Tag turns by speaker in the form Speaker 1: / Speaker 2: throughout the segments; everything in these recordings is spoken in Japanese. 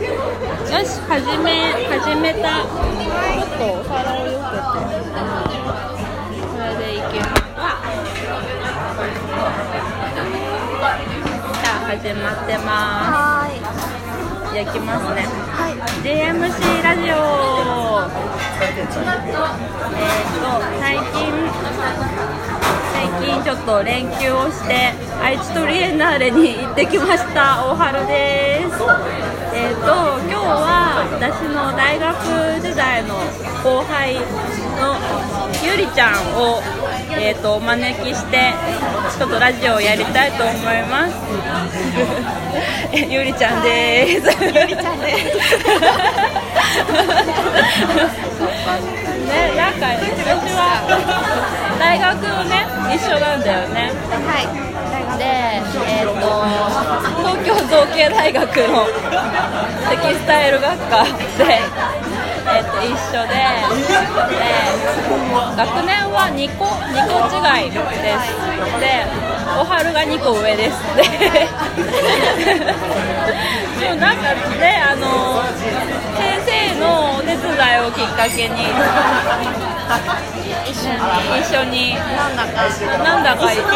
Speaker 1: よし始め始めたちょっとお皿をよけてこれでいきますじゃあ始まってま
Speaker 2: はーい。
Speaker 1: すじゃあ行きますね
Speaker 2: はい。
Speaker 1: JMC ラジオえっ、と最近最近ちょっと連休をして愛知トリエンナーレに行ってきました大春ですえっ、と今日は私の大学時代の後輩のゆりちゃんをえっ、とお招きしてちょっとラジオをやりたいと思います えゆりちゃんですゆりちゃん ね、なんか私は大学をね一緒なんだよね
Speaker 2: はい。
Speaker 1: で、えっと東京造形大学の テキスタイル学科で、えっと一緒でで学年は2個2個違いですで小春が2個上ですででもなんかねあの先生のお手伝いをきっかけに一緒に一緒に
Speaker 2: なんだか
Speaker 1: なんだか一緒に。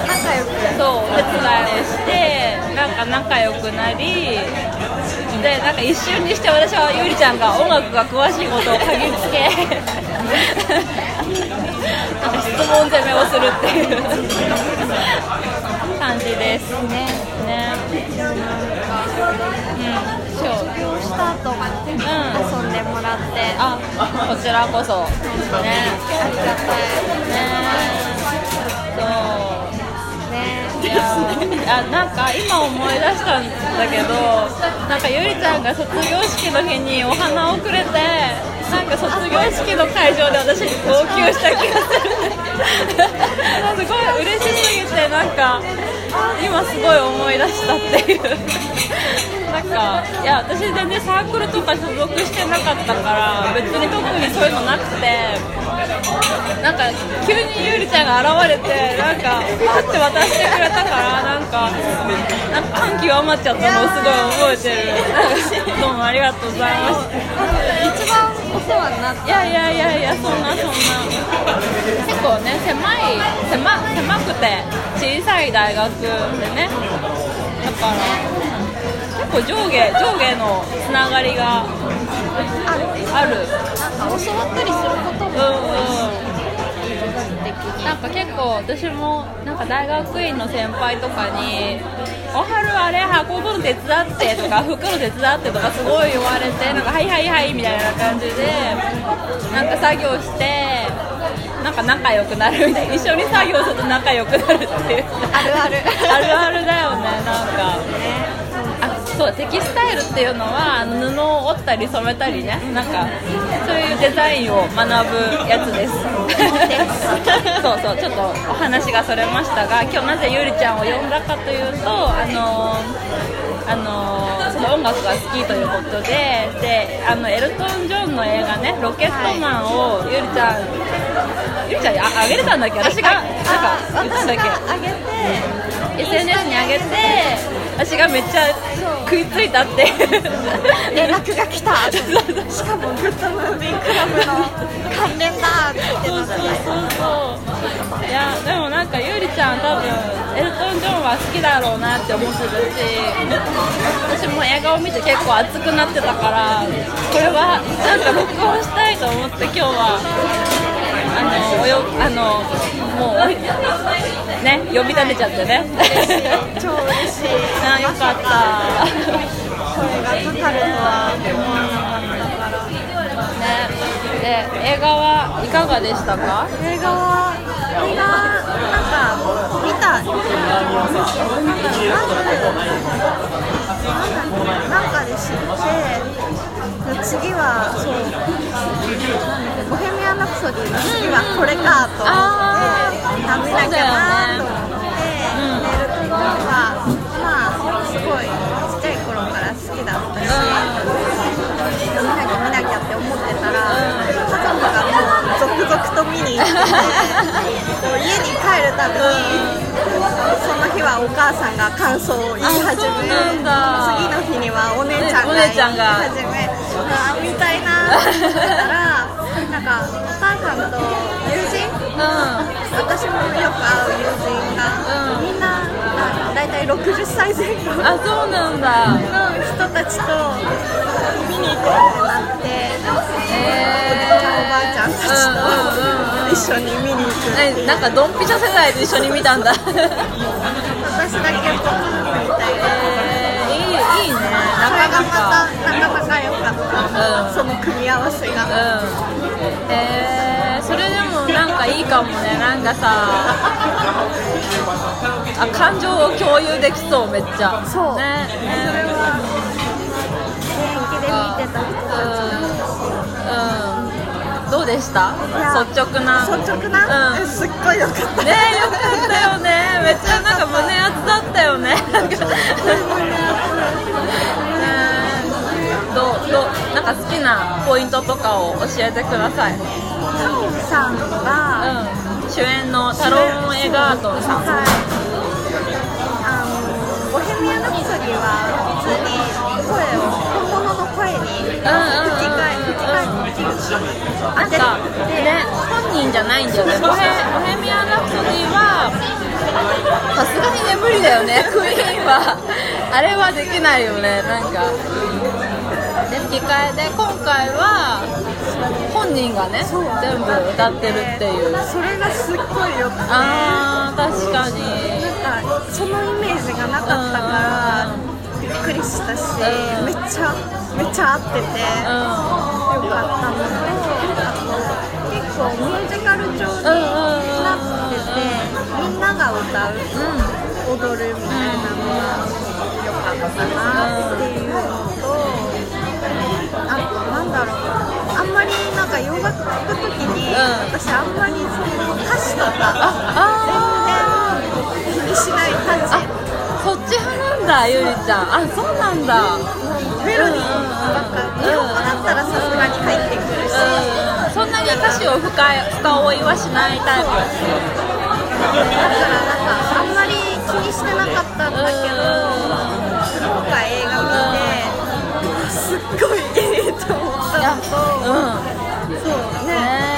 Speaker 2: 仲良く。
Speaker 1: そうお手伝いをしてなんか仲良くなりでなんか一瞬にして私はゆりちゃんが音楽が詳しいことを嗅ぎつけなんか質問攻めをするっていう感じですねねうんそう
Speaker 2: 卒業した後、遊んでもらって、あ
Speaker 1: あこちらこそね
Speaker 2: りがた
Speaker 1: ねそう
Speaker 2: いね。
Speaker 1: いやあなんか今思い出したんだけどなんかゆりちゃんが卒業式の日にお花をくれてなんか卒業式の会場で私に号泣した気がするすごい嬉しすぎてなんか今すごい思い出したっていうなんかいや私全然サークルとか所属してなかったから別に特にそういうのなくてなんか急にゆりちゃんが現れてなんかパって渡してくれたからなんかなんか感極まっちゃったのをすごい覚えてるど うもありがとうございました
Speaker 2: 一番お世話になっ
Speaker 1: いやいやいやいやそんなそんな結構ね狭い狭狭くて小さい大学でねだから結構上下上下のつながりが
Speaker 2: た。ある。
Speaker 1: ある
Speaker 2: なんか教わったりすること
Speaker 1: うん
Speaker 2: も
Speaker 1: うんなんか結構私もなんか大学院の先輩とかに「おはるあれ運ぶの手伝って」とか「袋手伝って」とかすごい言われて「なんかはいはいはい」みたいな感じでなんか作業してなんか仲良くなるみたいな一緒に作業すると仲良くなるっていう
Speaker 2: あるある。
Speaker 1: あるあるだよねなんか。
Speaker 2: ね。
Speaker 1: あそうテキスタイルっていうのはあの布を織ったり染めたりねなんかそういうデザインを学ぶやつですそうそうちょっとお話がそれましたが今日なぜゆりちゃんを呼んだかというとあのあのその音楽が好きということでであのエルトン・ジョンの映画ね「ロケットマン」をゆりちゃん、ゆりちゃんにああげれたんだっけ私がなんか言ったんだっけ
Speaker 2: 私があげて、
Speaker 1: SNS に上げて私がめっちゃ食いついたって
Speaker 2: 連絡が来た。しかもグッドムービークラブの関連だって言って
Speaker 1: そうそ
Speaker 2: たじ
Speaker 1: うそ
Speaker 2: ゃ
Speaker 1: う
Speaker 2: ない。
Speaker 1: そういやでもなんかゆりちゃん多分エルトン・ジョンは好きだろうなって思ってるし私も映画を見て結構熱くなってたからこれはなんか録音したいと思って今日はあのおよあのもうね呼び立てちゃってね
Speaker 2: 超嬉しい。
Speaker 1: あよかった
Speaker 2: 声がかかるのは。
Speaker 1: ねで映画はいかがでしたか
Speaker 2: 映画は映画なんか見たなんかなんかで知って次はそうなんだっけボヘミアン・ラプソディの次はこれかと
Speaker 1: あ
Speaker 2: 思って見なきゃなと思って寝るところはまあすごいちっちゃい頃から好きだったし見なきゃ見なきゃって思ってたら家族がもう続々続と見に行っててこう家に帰るたびにその日はお母さんが感想を言い始め
Speaker 1: あそうなんだ
Speaker 2: 次の日にはお姉ちゃんが
Speaker 1: お姉ちゃんが
Speaker 2: 言い始めあ見たいなーって思ったらなんかお母さんと友人
Speaker 1: う
Speaker 2: 私もよく会う友人が、
Speaker 1: うん
Speaker 2: みんなまあ大体60歳前後
Speaker 1: んあそうなんだ
Speaker 2: の人たちと見に行こうってなって、おじいちゃんおばあちゃんたちと一緒に見に行くってい
Speaker 1: え
Speaker 2: う
Speaker 1: なんかドンピシャ世代と一緒に見たんだえ
Speaker 2: 私だけポカンみたいな。
Speaker 1: ー、いいいいね
Speaker 2: それ
Speaker 1: なか
Speaker 2: が
Speaker 1: な
Speaker 2: ま
Speaker 1: か
Speaker 2: たなかなか良かった、
Speaker 1: うん
Speaker 2: その組み合わせが、
Speaker 1: うんえー、それでもなんかいいかもねなんかさあ感情を共有できそうめっちゃ
Speaker 2: そう
Speaker 1: ね
Speaker 2: それは元気で見てた人
Speaker 1: うんうんどうでした
Speaker 2: いや
Speaker 1: 率直な
Speaker 2: 率直な、
Speaker 1: うん
Speaker 2: えすっごい良かった
Speaker 1: ねえよかったよねめっちゃなんか胸熱だったよねなんかうん どうどうなんか好きなポイントとかを教えてください、うん、
Speaker 2: タオさんが、
Speaker 1: 主演のタローン・エガートンさん
Speaker 2: はい。あのボヘミアン・ラプソディは普通に声を本物の声に吹き替え吹き替
Speaker 1: な
Speaker 2: え
Speaker 1: ん
Speaker 2: 当て
Speaker 1: か
Speaker 2: て、
Speaker 1: ね本人じゃないんだよねボヘボヘミアン・ラプソディはさすがにね無理だよ ねクイーンはあれはできないよねなんかで吹き替えで今回は本人がね全部歌ってるっていう
Speaker 2: それがすっごいよくてなん
Speaker 1: あ
Speaker 2: か
Speaker 1: ー確かに
Speaker 2: そのイメージがなかったからびっくりしたし
Speaker 1: うん
Speaker 2: めっちゃめっちゃ合っててよ
Speaker 1: う
Speaker 2: かったのとあと結構ミュージカル調になっててみんなが歌う。
Speaker 1: んうんうん
Speaker 2: 踊るみたいなのが良かったなっていうのと、あとなんだろうあんまりなんか洋楽聴くときに、
Speaker 1: うん
Speaker 2: 私あんまりその歌詞とか
Speaker 1: あ
Speaker 2: 全然気にしない感じ
Speaker 1: そっち派なんだゆりちゃんあそうなんだ
Speaker 2: メロディーばっか日本語だったらさすがに入ってくるし、
Speaker 1: うんそんなに歌詞を深い深追いはしないタイプ
Speaker 2: だからなんかあんまり気にしてなかったんだけど、今回映画見てすっごいいいと思ったのと、
Speaker 1: うん
Speaker 2: そう
Speaker 1: ね
Speaker 2: ね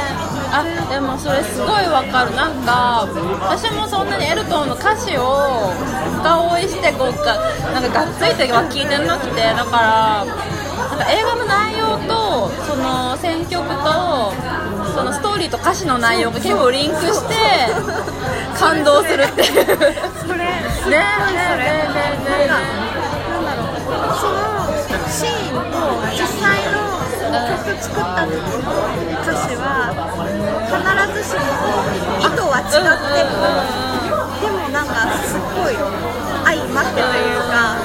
Speaker 1: あでもそれすごいわかるなんか私もそんなにエルトンの歌詞を深追いしてこうかなんかがっついては聞いてなくてだからなんか映画の内容とその選曲とそのストーリーと歌詞の内容が結構リンクして感動するっていうね
Speaker 2: そ
Speaker 1: え
Speaker 2: れすごいそれ
Speaker 1: ね
Speaker 2: なん
Speaker 1: えねえね
Speaker 2: かなんだろうそのシーンと実際の曲作った時の歌詞は必ずしも意図は違ってもでもなんかすっごい相まってというか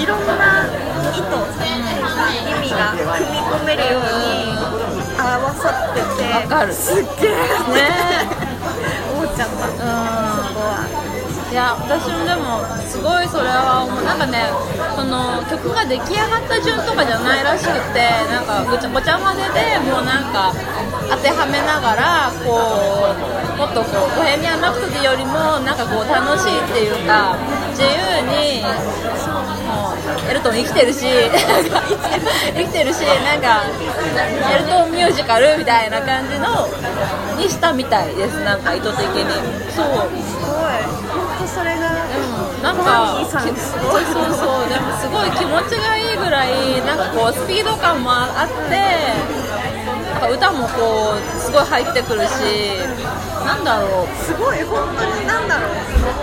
Speaker 2: いろんな意図意味が組み込めるように合わさってて
Speaker 1: わかる
Speaker 2: すっげ
Speaker 1: え
Speaker 2: え
Speaker 1: ねえ
Speaker 2: 思っちゃったそこ
Speaker 1: うん
Speaker 2: はい
Speaker 1: や私もでもすごいそれは思うなんかねその曲が出来上がった順とかじゃないらしくてなんかごちゃごちゃ混ぜでもうなんか当てはめながらこうもっとこうボヘミアン・ラプソディよりもなんかこう楽しいっていうか自由にもうエルトン生きてるし 生きてるしなんかエルトンミュージカルみたいな感じのにしたみたいですなんか意図的にそう
Speaker 2: すごい本当それが
Speaker 1: でもなんか
Speaker 2: ご飯にさんすごい
Speaker 1: そうそうでもすごい気持ちがいいぐらいなんかこうスピード感もあってなんか歌もこうすごい入ってくるしなんだろう
Speaker 2: すごい本当になんだろう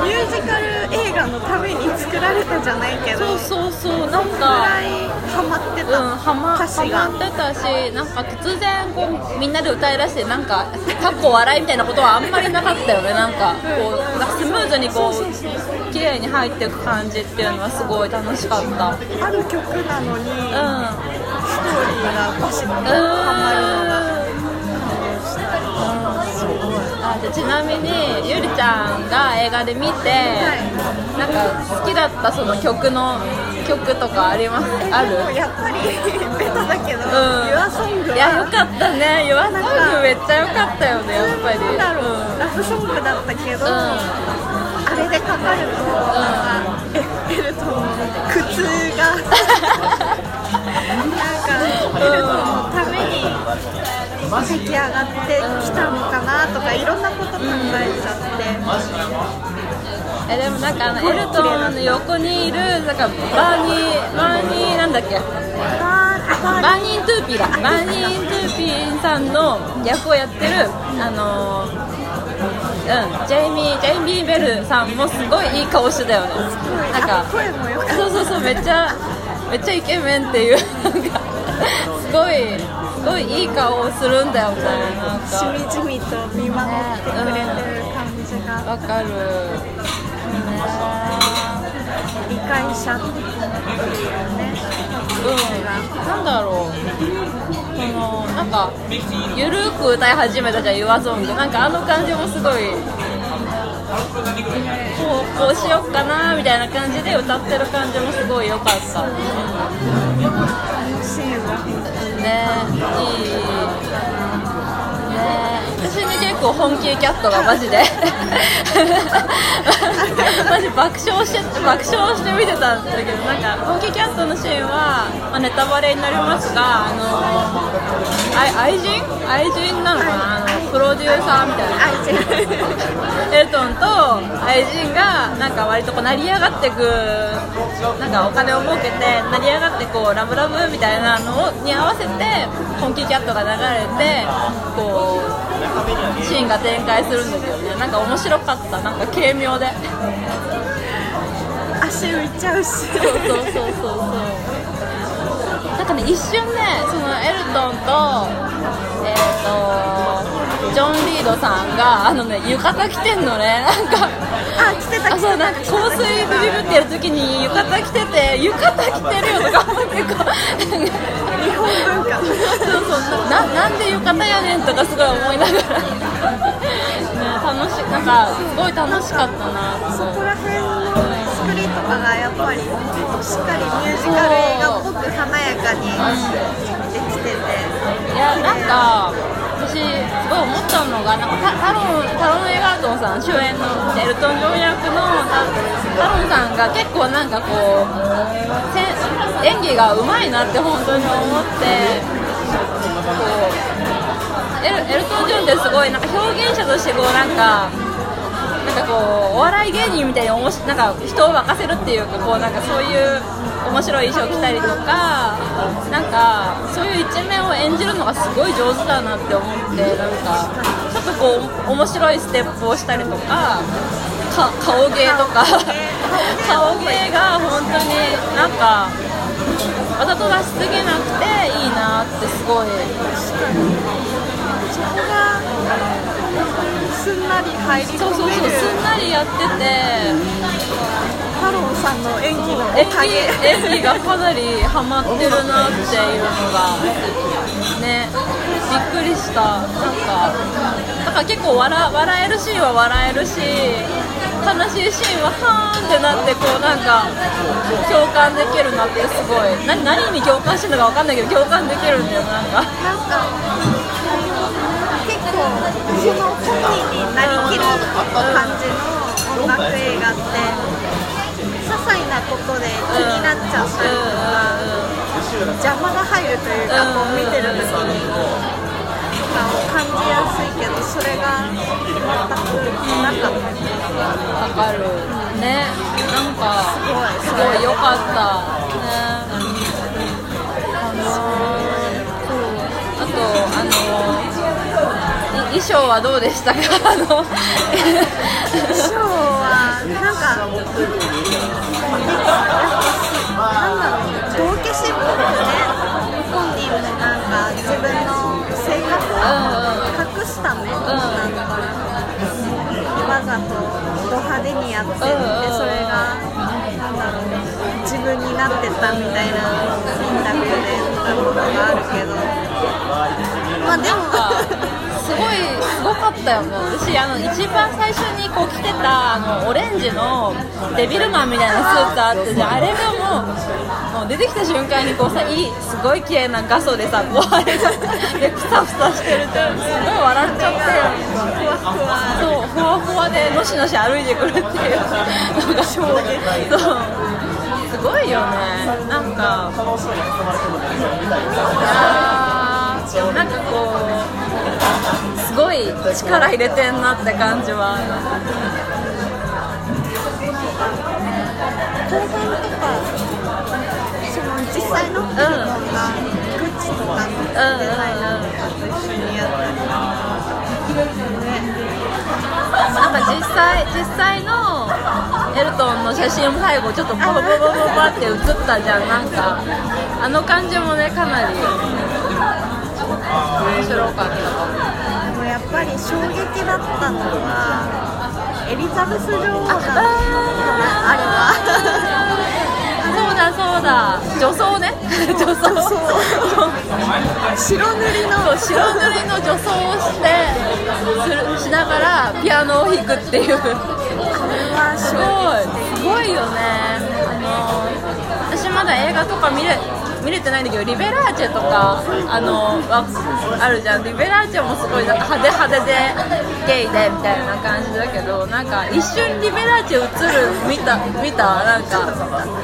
Speaker 2: ミュージカル映画のために作られたじゃないけど
Speaker 1: そうそ
Speaker 2: そ
Speaker 1: うそうなん
Speaker 2: のぐら
Speaker 1: か
Speaker 2: いハマって
Speaker 1: うん
Speaker 2: た、
Speaker 1: はま
Speaker 2: 歌詞が
Speaker 1: はまってたしなんか突然こうみんなで歌いだしてなんかかっこ笑いみたいなことはあんまりなかったよねなんかこうなんかスムーズにこう綺麗に入っていく感じっていうのはすごい楽しかった
Speaker 2: ある曲なのに、
Speaker 1: うん
Speaker 2: ストーリーが歌詞に
Speaker 1: うーん
Speaker 2: ハマるのが
Speaker 1: あでちなみにゆりちゃんが映画で見て、
Speaker 2: い
Speaker 1: なんか好きだったその曲の曲とかありますある
Speaker 2: もうやっぱりベタだけ
Speaker 1: うん
Speaker 2: ど、y o u r s o n
Speaker 1: いやよかったね言わなくめっちゃよかったよねやっぱり
Speaker 2: なんだ
Speaker 1: う
Speaker 2: ろう、ラブソングだったけ
Speaker 1: ん
Speaker 2: ど、あれでかかると、なんか、エッフェルトンの苦痛が、なんか、エッフェルトンのために出来上がってきたのかなとか、いろんなこと考えちゃって、
Speaker 1: えでもなんかあのエルトンの横にいるなんかバーニーバーニーなんだっけ
Speaker 2: バーバー
Speaker 1: バーニートゥーピーだバーニートゥーピーさんの役をやってるあのーうん、ジェイミー・ジェイミー・ベルさんもすごいいい顔してたよねなん
Speaker 2: あ
Speaker 1: か
Speaker 2: 声もよかった。
Speaker 1: そうそうそうめっちゃめっちゃイケメンっていうなんかすごいすごいいい顔をするんだよねなん
Speaker 2: し
Speaker 1: か
Speaker 2: みじみと見守ってくれてる感じが
Speaker 1: わかる
Speaker 2: 理解者っていうね
Speaker 1: うんなんだろうそのなんかゆるく歌い始めたじゃん YOASONG なんかあの感じもすごいこうこうしよっかなみたいな感じで歌ってる感じもすごい良かった
Speaker 2: 楽しいわ
Speaker 1: ねいいね私に結構本気キャットがマジで マジ爆笑して爆笑して見てたんだけどなんか本気キャットのシーンは、まあ、ネタバレになりますがあのあ愛人愛人なのかなあのプロデューサーみたいな
Speaker 2: あ違う
Speaker 1: エルトンと愛人がなんか割とこう成り上がってくなんかお金を儲けて成り上がってこうラブラブみたいなのに合わせて本気キャットが流れてこうシーンが展開するんだけどねなんか面白かったなんか軽妙で
Speaker 2: 足浮いちゃうし
Speaker 1: そうそうそうそうそうなんかね一瞬ねそのエルトンとえっ、とジョン・リードさんがあのね浴衣着てんのねなんか
Speaker 2: あ来てた
Speaker 1: あ
Speaker 2: 来て
Speaker 1: そう
Speaker 2: た
Speaker 1: なんか香水ビビビってやるときに浴衣着てて浴衣着てるよとか思ってこう
Speaker 2: 日本文化
Speaker 1: そうそう ななんで浴衣やねんとかすごい思いながら、 ね、楽しなんかすごい楽しかったなそ
Speaker 2: そ
Speaker 1: う
Speaker 2: こら辺の作りとかがやっぱりしっかりミュージカル映画っぽく華やかにできてて
Speaker 1: いやなんか私すごい思ったのがなんかタタロンタロン・エガートンさん主演のエルトン・ジョン役のタタロンさんが結構なんかこうせん演技がうまいなって本当に思ってこうエルエルトン・ジョンってすごいなんか表現者としてこうなんか。なんかこうお笑い芸人みたいにおもしなんか人を沸かせるっていうかこうなんかそういう面白い衣装着たりとかなんかそういう一面を演じるのがすごい上手だなって思ってなんかちょっとこう面白いステップをしたりとかか顔芸とか顔芸が本当になんかわざと出しすぎなくていいなってすごい
Speaker 2: そこがすんなり入り
Speaker 1: そう
Speaker 2: 込
Speaker 1: そう
Speaker 2: め
Speaker 1: そう
Speaker 2: る
Speaker 1: すんなりやってて。
Speaker 2: 太郎さんの演技の
Speaker 1: 演
Speaker 2: お
Speaker 1: 技
Speaker 2: かげ
Speaker 1: 演技がかなりハマってるなっていうのがねびっくりしたなんかだから結構笑笑えるシーンは笑えるし悲しいシーンははーんってなってこうなんか共感できるなってすごい何何に共感してるのか分かんないけど共感できるんだよなんか
Speaker 2: なんか結構その本人になりきる感じの音楽映画って些細なことで気になっちゃったりとか邪魔が入るというかこう見てる時になんか感じやすいけどそれが全くなかったす
Speaker 1: わかるねなんか
Speaker 2: ごい
Speaker 1: す
Speaker 2: そ
Speaker 1: ご
Speaker 2: れ
Speaker 1: い良かったねあのーそうあとあのーい衣装はどうでしたかあの
Speaker 2: ショーはなんかなんだろう道化師っぽくね本人もなんか自分の性格を隠すためなのかなわざとド派手にやっててそれがなんだろう自分になってたみたいなインタビューで言ったことがあるけどまあでも
Speaker 1: なんかすすごいすごかったよね私あの一番最初にこう着てたあのオレンジのデビルマンみたいなスーツあってじゃんあれがもうもう出てきた瞬間にこうさいいすごい綺麗な画素でさこうあれがでふさふさしてるってすごい笑っちゃってふわふわそうふわふわでのしのし歩いてくるっていうなんか衝撃そうすごいよねなんかあーでもなんかこうすごい力入れてんなって感じは
Speaker 2: 後半とかその実際のフィルムがグッズとかのデザイナーとかと一緒にやったりとかね
Speaker 1: なんか実際実際のエルトンの写真も最後ちょっとボボボボボボって写ったじゃんなんかあの感じもねかなり面白かった
Speaker 2: でもやっぱり衝撃だったのはエリザベス女王があれは
Speaker 1: そうだそうだ女装 ね女装
Speaker 2: 女装白塗りの
Speaker 1: そう白塗りの女装をしてするしながらピアノを弾くっていう
Speaker 2: あれは
Speaker 1: すご
Speaker 2: 衝
Speaker 1: いすごいよねあの私まだ映画とか見れ見れてないんだけどリベラーチェとかあのわあるじゃんリベラーチェもすごいなんか派手派手でゲイでみたいな感じだけどなんか一瞬リベラーチェ映る見た見たなんか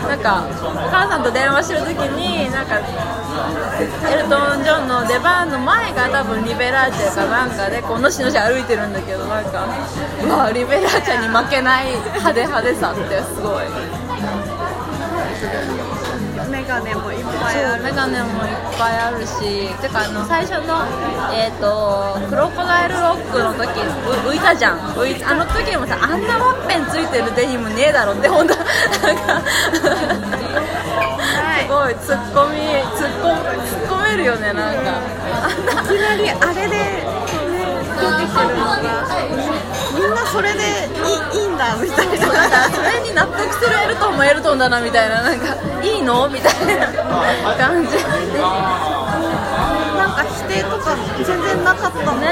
Speaker 1: なんか母さんと電話してる時になんかエルトン・ジョンの出番の前が多分リベラーチェかなんかでこうのしのし歩いてるんだけどなんかうわリベラーチェに負けない派手派手さってすごい
Speaker 2: 撃メガネもいっ
Speaker 1: そ
Speaker 2: ぱいあ
Speaker 1: う
Speaker 2: る
Speaker 1: メガネもいっぱいあるしてかあの最初の、えー、とクロコダイルロックの時う浮いたじゃん浮いあの時もさあんなワッペンついてるデニムねえだろって本当なんかすごいツッコミツッコツッコめるよねなんかあんな。
Speaker 2: いきなりあれで、ね、出てくるのがみんなそれでいいいいんだみたい
Speaker 1: そうなん
Speaker 2: な
Speaker 1: かそれに納得するエルトンもエルトンだなみたいななんかいいのみたいな感じね
Speaker 2: なんか否定とか全然なかったもん
Speaker 1: でもな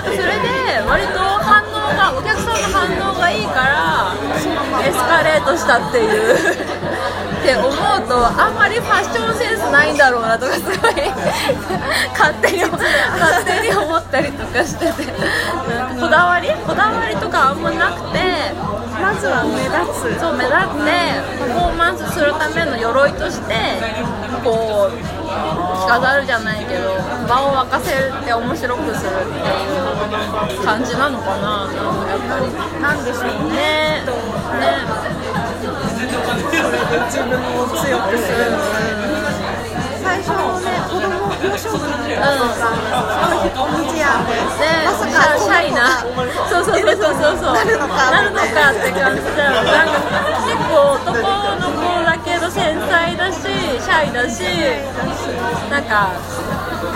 Speaker 1: んかそれで割と反応がお客さんの反応がいいからエスカレートしたっていうって思うとあんまりファッションセンスないんだろうなとかすごい勝手に勝手に思ったりとかしててなんかこだわりこだわりとかあんまなくて
Speaker 2: まずは目立つ
Speaker 1: そう目立ってパフォーマンスするための鎧としてこう着飾るじゃないけど場を沸かせて面白くするっていう感じなのかなやっぱり
Speaker 2: なんでしょうね
Speaker 1: ねねね
Speaker 2: 自分を強くする最初ね子供幼少期の子がすごい引っ込み思案でまさか
Speaker 1: シャイなそうそうそうそうそうそう
Speaker 2: なるのか
Speaker 1: なるのかって感じだよなんか結構男の子だけど繊細だしシャイだしなんか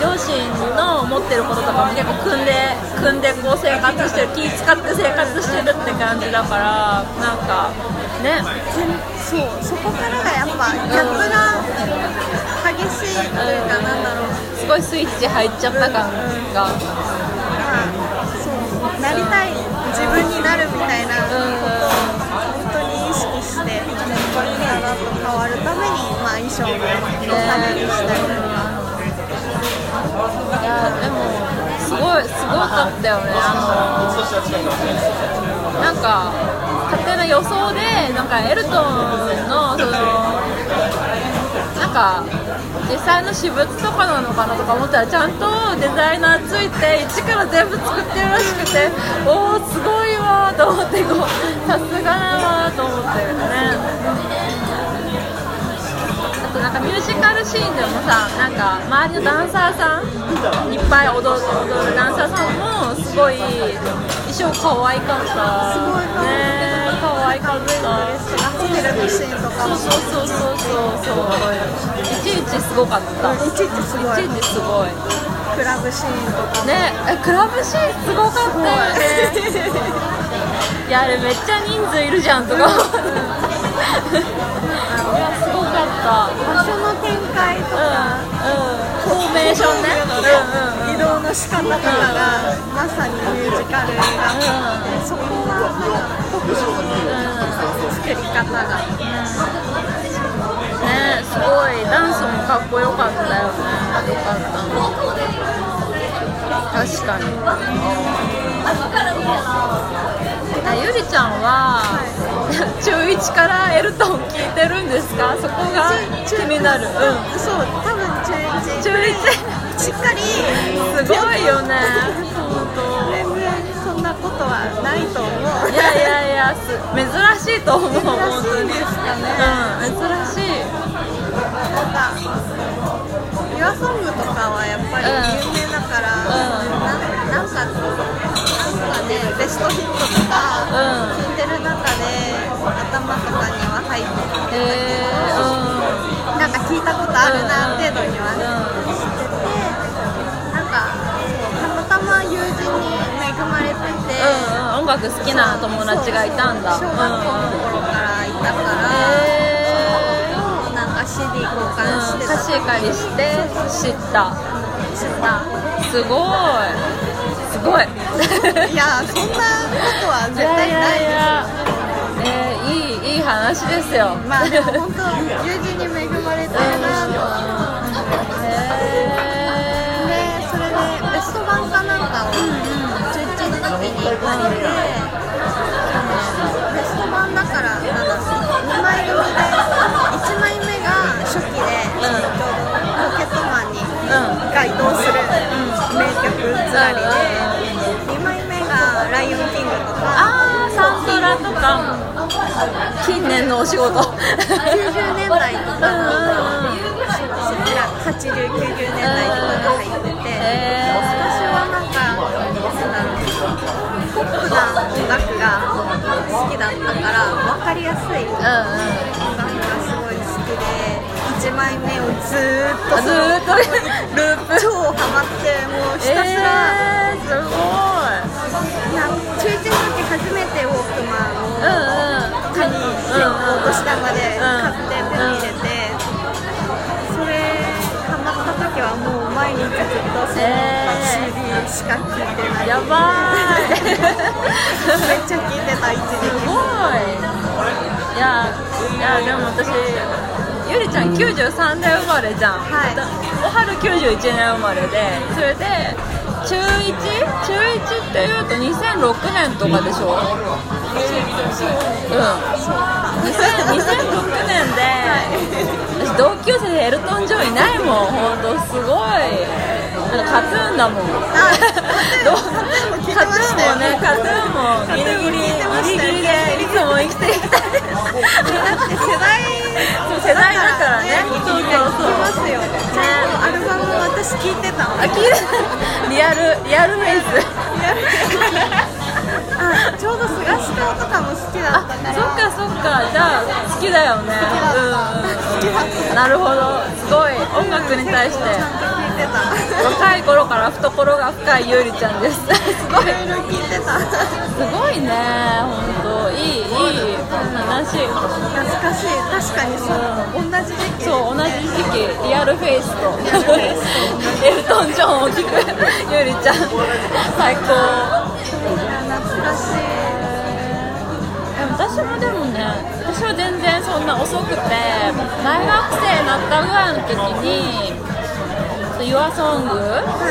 Speaker 1: 両親の持ってることとかも結構組んで組んでこう生活してる気使って生活してるって感じだからなんかね
Speaker 2: そうそこからがやっぱギャップが激しいというかなんだろう
Speaker 1: すごいスイッチ入っちゃった感が
Speaker 2: まあそうなりたい自分になるみたいなことを本当に意識して体と変わるために、まあ、衣装を派手にしたりとか。
Speaker 1: いやでもすごいすごかったよねあのなんか勝手な予想でなんかエルトンのそのなんか実際の私物とかなのかなとか思ったらちゃんとデザイナーついて一から全部作ってるらしくておおすごいわーと思ってこうさすがだわーと思ってるねあとなんかミュージカルシーンでもさなんか周りのダンサーさんいっぱい踊る踊るダンサーさんもすごい衣装可愛かった
Speaker 2: すごい可愛
Speaker 1: ね可愛
Speaker 2: い
Speaker 1: かった
Speaker 2: ホテルのシーンとか
Speaker 1: そう
Speaker 2: も
Speaker 1: そうそうそうそうそういちいちすごかった
Speaker 2: いちいちすごい
Speaker 1: いちいちすごい
Speaker 2: クラブシーンとか
Speaker 1: ねえクラブシーンすごかったよねいやあれめっちゃ人 数いるじゃんとか思っていやすごかった
Speaker 2: 場所の展開と
Speaker 1: うん
Speaker 2: か
Speaker 1: うん
Speaker 2: 構
Speaker 1: フォーメーションね
Speaker 2: 移動の仕方だから、まさにミュージカルがあって、そこはなんか特に作り方が。
Speaker 1: ねすごいダンスもかっこよかったよねよかった確かにあゆりちゃんは、中1からエルトン聞いてるんですかそこが気になるうん
Speaker 2: そう、多分中1
Speaker 1: 中
Speaker 2: しっかり
Speaker 1: 1すごいよね
Speaker 2: 全然そんなことはないと思う
Speaker 1: いやいやいやす珍しいと思う本当
Speaker 2: 珍しい
Speaker 1: に
Speaker 2: ですかね、
Speaker 1: うん珍しい
Speaker 2: なんかユアソングとかはやっぱり有名だから、
Speaker 1: うん
Speaker 2: なんなんかなんかねベストヒットとか
Speaker 1: うん
Speaker 2: 聞いてる中で頭とかには入って
Speaker 1: へえー、
Speaker 2: なんか聞いたことあるな程度にはね、
Speaker 1: うんうん
Speaker 2: 知っててなんかそうたまたま友人に恵まれてて、
Speaker 1: うんうん、音楽好きな友達がいたんだ
Speaker 2: そうそう小学校の頃からいたから、
Speaker 1: へー
Speaker 2: なんか CD 交
Speaker 1: う
Speaker 2: 換し
Speaker 1: ん
Speaker 2: てた
Speaker 1: 差し借りして知った
Speaker 2: 知った
Speaker 1: すごいすごい
Speaker 2: いやそんなことは絶
Speaker 1: いや
Speaker 2: 対
Speaker 1: い
Speaker 2: ない
Speaker 1: やいやえーいいいい話ですよ
Speaker 2: まあでも本当友人に恵まれてるなとは思う
Speaker 1: へ
Speaker 2: でそれでベスト版かなんかを11の時に借りてあのベスト版だからなんだ2枚組で1枚目が初期でちょうど「ポケットマン」
Speaker 1: ー
Speaker 2: にが移動する名曲つなりで2枚目が「ライオンキング」とか。
Speaker 1: あーサントラとか近年のお仕事
Speaker 2: 90年代とか
Speaker 1: うん
Speaker 2: の
Speaker 1: へー
Speaker 2: 8090年代とかが入ってて、私はなんかなんだろうポップな音楽が好きだったから分かりやすい音楽
Speaker 1: うんうん
Speaker 2: がすごい好きで1枚目をずーっと
Speaker 1: ずーっと
Speaker 2: ループ超ハマってもうひたすら、
Speaker 1: えー、すごい
Speaker 2: なんか中1の時初めてウォークマ
Speaker 1: うんう
Speaker 2: ンを
Speaker 1: ん
Speaker 2: カニをお年玉で買って手に入れて、それハマった時はもう毎日ずっとその CD しか聴いてない、
Speaker 1: やばーい
Speaker 2: めっちゃ聴いてた一
Speaker 1: す
Speaker 2: 時期
Speaker 1: ごいいやいやでも私ゆりちゃん93年生まれじゃん、
Speaker 2: はい
Speaker 1: おはる91年生まれでそれで中 1? 中1っていうと2006年とかでしょうん2000 2006年で、私同級生でエルトン・ジョンいないもん本当すごいなんかカトゥーンだもん
Speaker 2: あ
Speaker 1: どう
Speaker 2: カトゥーンも聞いて
Speaker 1: カ
Speaker 2: ま
Speaker 1: トゥ
Speaker 2: し
Speaker 1: ー
Speaker 2: た
Speaker 1: ン
Speaker 2: よ
Speaker 1: もねカトゥーンもギリギリ
Speaker 2: カトゥーンも聞いてましたよ
Speaker 1: ギリギリでいつも生きていきたい
Speaker 2: だって世代
Speaker 1: そう世代だからね
Speaker 2: そう
Speaker 1: そうそう
Speaker 2: 聞きますよちゃんとアルバムも私聴いてたの
Speaker 1: あきリアルリアルフェイス
Speaker 2: あちょうど菅氏顔とかも好きだ
Speaker 1: あ
Speaker 2: っ
Speaker 1: そった
Speaker 2: から
Speaker 1: かそっかじゃあ好きだよね
Speaker 2: 好きだった
Speaker 1: うんなるほどすごい音楽に対して
Speaker 2: ちゃんと聴いてた
Speaker 1: 若い頃から懐が深いゆりちゃんですすごい
Speaker 2: いろいろ聴いてた
Speaker 1: すごいね本当いいいい話
Speaker 2: 懐かしい確かにそう、同じ時期
Speaker 1: そう同じ時期リアルフェイスと
Speaker 2: リアルフェイ ス
Speaker 1: エルトン・ジョンを聞くゆりちゃん最高
Speaker 2: いや懐かしい
Speaker 1: でも私もでもね私は全然そんな遅くて大学生になったぐらいの時に「ユアソング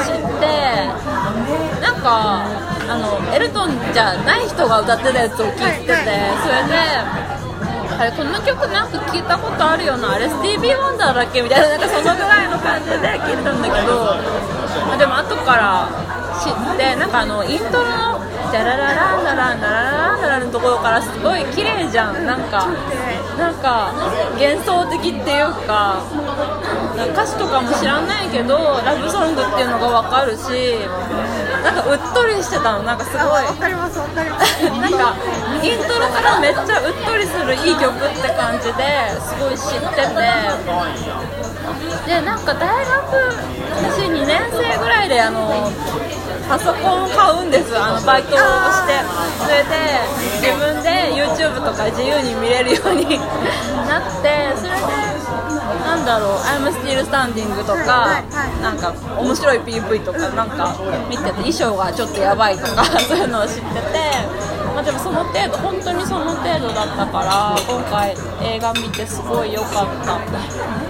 Speaker 1: 知ってなんかあのエルトンじゃない人が歌ってたやつを聴いてて、
Speaker 2: はい
Speaker 1: それで。あれこの曲なんか聞いたことあるよなあれスティービー・ワンダーだっけみたいななんかそのぐらいの感じで聞いてたんだけどあでも後から知ってなんかあのイントロの「ジャララランダランダララランダラ」のところからすごい綺麗じゃんなんかなんか幻想的っていうかなんか歌詞とかも知らないけどラブソングっていうのが分かるしなんかうっとりしてたのなんかすご
Speaker 2: あ
Speaker 1: い
Speaker 2: わかりますわかります
Speaker 1: なんかイントロからめっちゃうっとりするいい曲って感じですごい知っててでなんか大学私2年生ぐらいであのパソコンを買うんですあのバイトをしてそれで自分 で YouTube とか自由に見れるようになってそれでなんだだろう「I'm Still Standing」と
Speaker 2: はい
Speaker 1: か
Speaker 2: はいはい
Speaker 1: なんか面白い PV とかなんか見てて衣装がちょっとやばいとか そういうのを知ってて、まあ、でもその程度本当にその程度だったから今回映画見てすごい良かった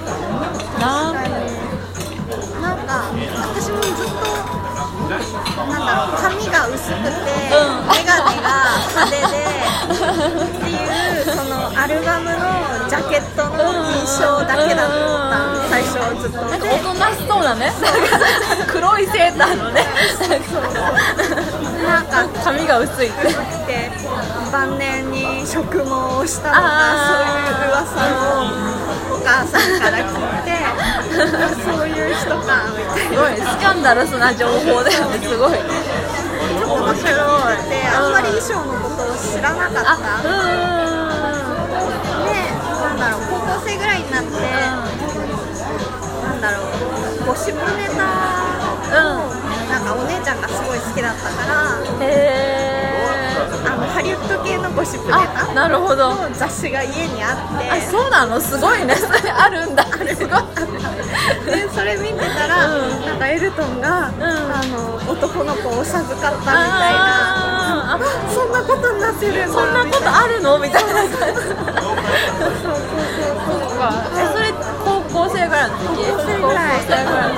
Speaker 1: な
Speaker 2: なんか私もずっとなんだろう髪が薄く
Speaker 1: うん
Speaker 2: て、メガネが派手でっていうそのアルバムのジャケットの印象だけだと思った、最初はずっと。
Speaker 1: 大人しそうなねなんか黒いセーターのね
Speaker 2: でなんか
Speaker 1: 髪が薄いって
Speaker 2: って晩年に植毛をしたと
Speaker 1: あ
Speaker 2: か
Speaker 1: ー
Speaker 2: そういう噂をお母さんから聞いてそういう人かみた
Speaker 1: す
Speaker 2: いな
Speaker 1: ごいスキャンダルスな情報だよねすごい
Speaker 2: ちょっと面白いであんまり衣装のことを知らなか
Speaker 1: あ
Speaker 2: ったで
Speaker 1: う
Speaker 2: なんだろう高校生ぐらいになってなんだろうゴシップネタをなんかお姉ちゃんがすごい好きだったから
Speaker 1: んへえ
Speaker 2: あのハリウッド系のゴシップネ
Speaker 1: あ
Speaker 2: タ
Speaker 1: なるほど
Speaker 2: の雑誌が家にあって
Speaker 1: あそうなのすごいねそれあるんだすごい
Speaker 2: でそれ見てたら、
Speaker 1: うん
Speaker 2: なんかエルトンが、あの男の子を授かったみたいな
Speaker 1: あーあ
Speaker 2: あそんなことになってるんだ
Speaker 1: そんなことあるのみたいな感じ
Speaker 2: そうそうそうそう
Speaker 1: えそれ高校生ぐらいの時
Speaker 2: 高校生ぐらい
Speaker 1: 高校生ぐらい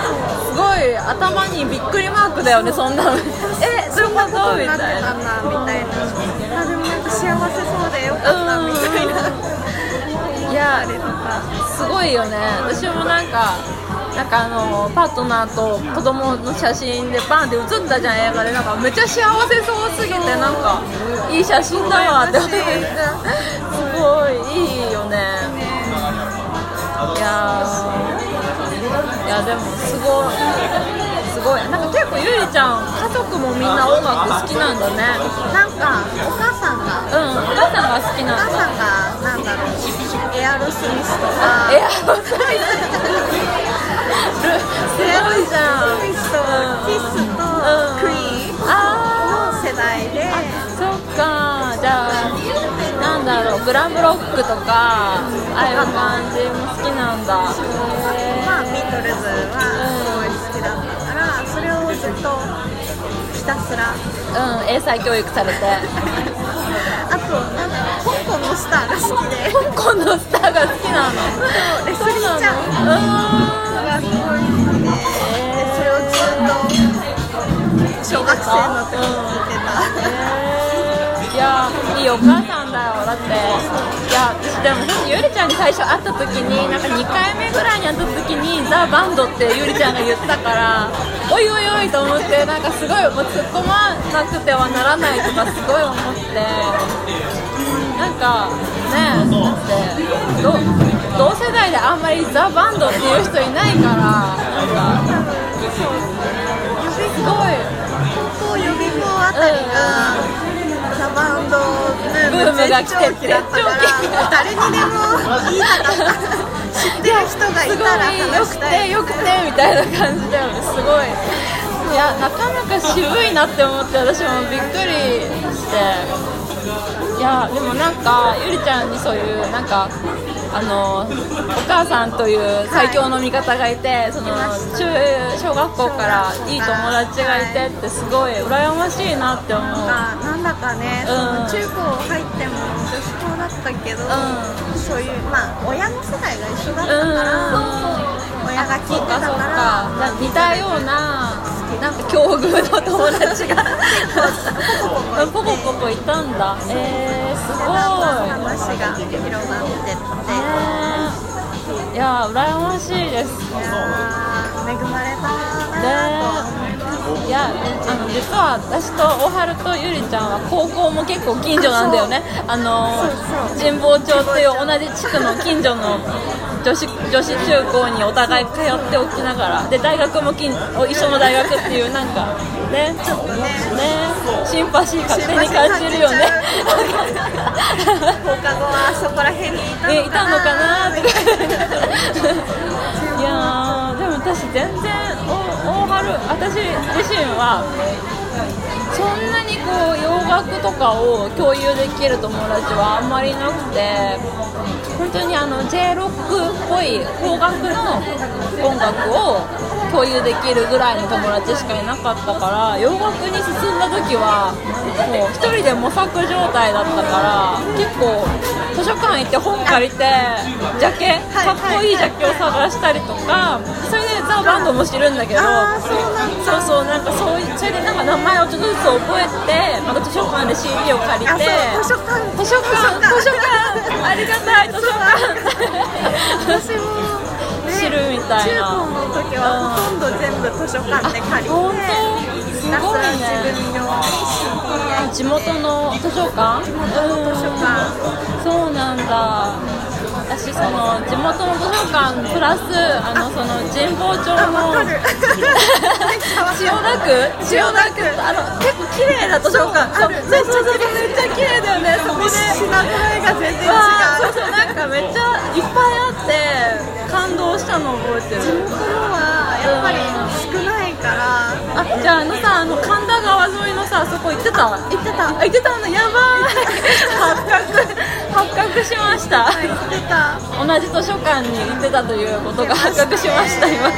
Speaker 1: すごい頭にびっくりマークだよねそんなのえそんなことみ
Speaker 2: なって
Speaker 1: たいな
Speaker 2: たんだみたいなあでもなんか幸せそうでよかったみたいな
Speaker 1: うんいやすごいよね私もなんかなんかあのパートナーと子供の写真でバンって写ったじゃん映画でなんかめっちゃ幸せそうすぎてなんかいい写真だわって思ってすごいいいよねいやーいやでもすごいすごいなんか結構ゆりちゃん家族もみんな音楽好きなんだね
Speaker 2: なんかお母さん
Speaker 1: うんお
Speaker 2: が
Speaker 1: 母さんが好き
Speaker 2: お
Speaker 1: なん
Speaker 2: 母
Speaker 1: だ
Speaker 2: さんがなんだろうエアロスミスとか
Speaker 1: エアロスミスすごいじゃん
Speaker 2: エアロスミスとキス
Speaker 1: う
Speaker 2: と
Speaker 1: ん
Speaker 2: クイーン
Speaker 1: あ
Speaker 2: の世代で
Speaker 1: ーそっかじゃあなんだろうグラムロックとかああいう感じも好きなんだ
Speaker 2: まあビートルズはすごい好きだったからそれをずっとひたすら
Speaker 1: うん英才教育されて
Speaker 2: あとなんか香港のスターが好きで
Speaker 1: 香港のスターが好きなの
Speaker 2: レスリーちゃん
Speaker 1: ん
Speaker 2: がすごい好きでそれをずっと小学生の時に聞いてた。
Speaker 1: いやいいお母さんだよだっていや私でも本当ゆりちゃんに最初会った時になんか2回目ぐらいに会った時に「ザ・バンドってゆりちゃんが言ってたからおいおいおいと思ってなんかすごいもう突っ込まなくてはならないとかすごい思ってなんかねえだってど同世代であんまり「ザ・バンドっていう人いないからなんかすごい。
Speaker 2: 高校予備校あたりが、サバンドブーム絶頂期だったから誰にでも言いたか った知ってる人がい
Speaker 1: すごい
Speaker 2: たら話
Speaker 1: よく
Speaker 2: した
Speaker 1: て
Speaker 2: い
Speaker 1: よくてみたいな感じだよねすごいいやなかなか渋いなって思って私もびっくりしていやでもなんかゆりちゃんにそういうなんかあのお母さんという最強の味方がいて、その中小学校からいい友達がいてってすごい羨ましいなって思う、う
Speaker 2: なんかなんだかね、その中高入っても女子校だったけど、
Speaker 1: う
Speaker 2: そういうまあ親の世代が一緒だった
Speaker 1: ん
Speaker 2: から、親が
Speaker 1: あ
Speaker 2: 聞
Speaker 1: そ
Speaker 2: いうて
Speaker 1: か
Speaker 2: た
Speaker 1: そう
Speaker 2: から
Speaker 1: かじゃあ似たようななんか境遇の友達がポコポコいたんだえー、す
Speaker 2: でだんだん
Speaker 1: ごい
Speaker 2: 話が広がってっ
Speaker 1: え
Speaker 2: て、
Speaker 1: ーいやー羨ましいです
Speaker 2: いやー恵まれたなーと。
Speaker 1: いやあの実は私と大春とゆりちゃんは高校も結構近所なんだよねあの
Speaker 2: そうそう
Speaker 1: 神保町っていう同じ地区の近所の女子女子中高にお互い通っておきながらで大学も近お一緒の大学っていうなんかねちょっと
Speaker 2: ね
Speaker 1: シンパシー勝手に感じ るよね
Speaker 2: シンパ放課後はそこら辺にいたのかな
Speaker 1: ねいたのかなとかいやーでも私全然お大春私自身はそんなにこう洋楽とかを共有できる友達はあんまりなくて本当にあの J ロックっぽい邦楽の音楽を共有できるぐらいの友達しかいなかったから洋楽に進んだ時はもう一人で模索状態だったから結構図書館行って本借りてジャケかっこいいジャケを探したりとかそれでザ・バンドも知るんだけど
Speaker 2: あーそうなんだ
Speaker 1: そうそうなんかそういうそれでなんか名前をちょっとずつ覚えてまた図書館で CD を借り
Speaker 2: あ
Speaker 1: て
Speaker 2: そう図書館
Speaker 1: 図書館図書館ありが たい図書館
Speaker 2: 私も、ね、
Speaker 1: 知るみたいな
Speaker 2: 中高の時はほとんど全部図書館で借りて
Speaker 1: 本当
Speaker 2: ひたすら自分の
Speaker 1: あ地元の図書館地元の
Speaker 2: 図書館
Speaker 1: そうなんだ私その地元の図書館プラスあのその神保町
Speaker 2: あわか
Speaker 1: の
Speaker 2: る
Speaker 1: 千代田区千代田区あの結構綺麗な図書館
Speaker 2: そうある
Speaker 1: そうそうそうめっちゃ綺麗だよねそこで
Speaker 2: 品揃えが全然違う
Speaker 1: わあそうそうなんかめっちゃいっぱいあって感動したの覚えて
Speaker 2: 地
Speaker 1: る
Speaker 2: 元のはやっぱり少ないから
Speaker 1: あじゃああのさあの神田川沿いのさそこ行ってた行ってた行ってたのやばい発覚発覚しました、
Speaker 2: はい行ってた
Speaker 1: 同じ図書館に行ってたということが発覚しました今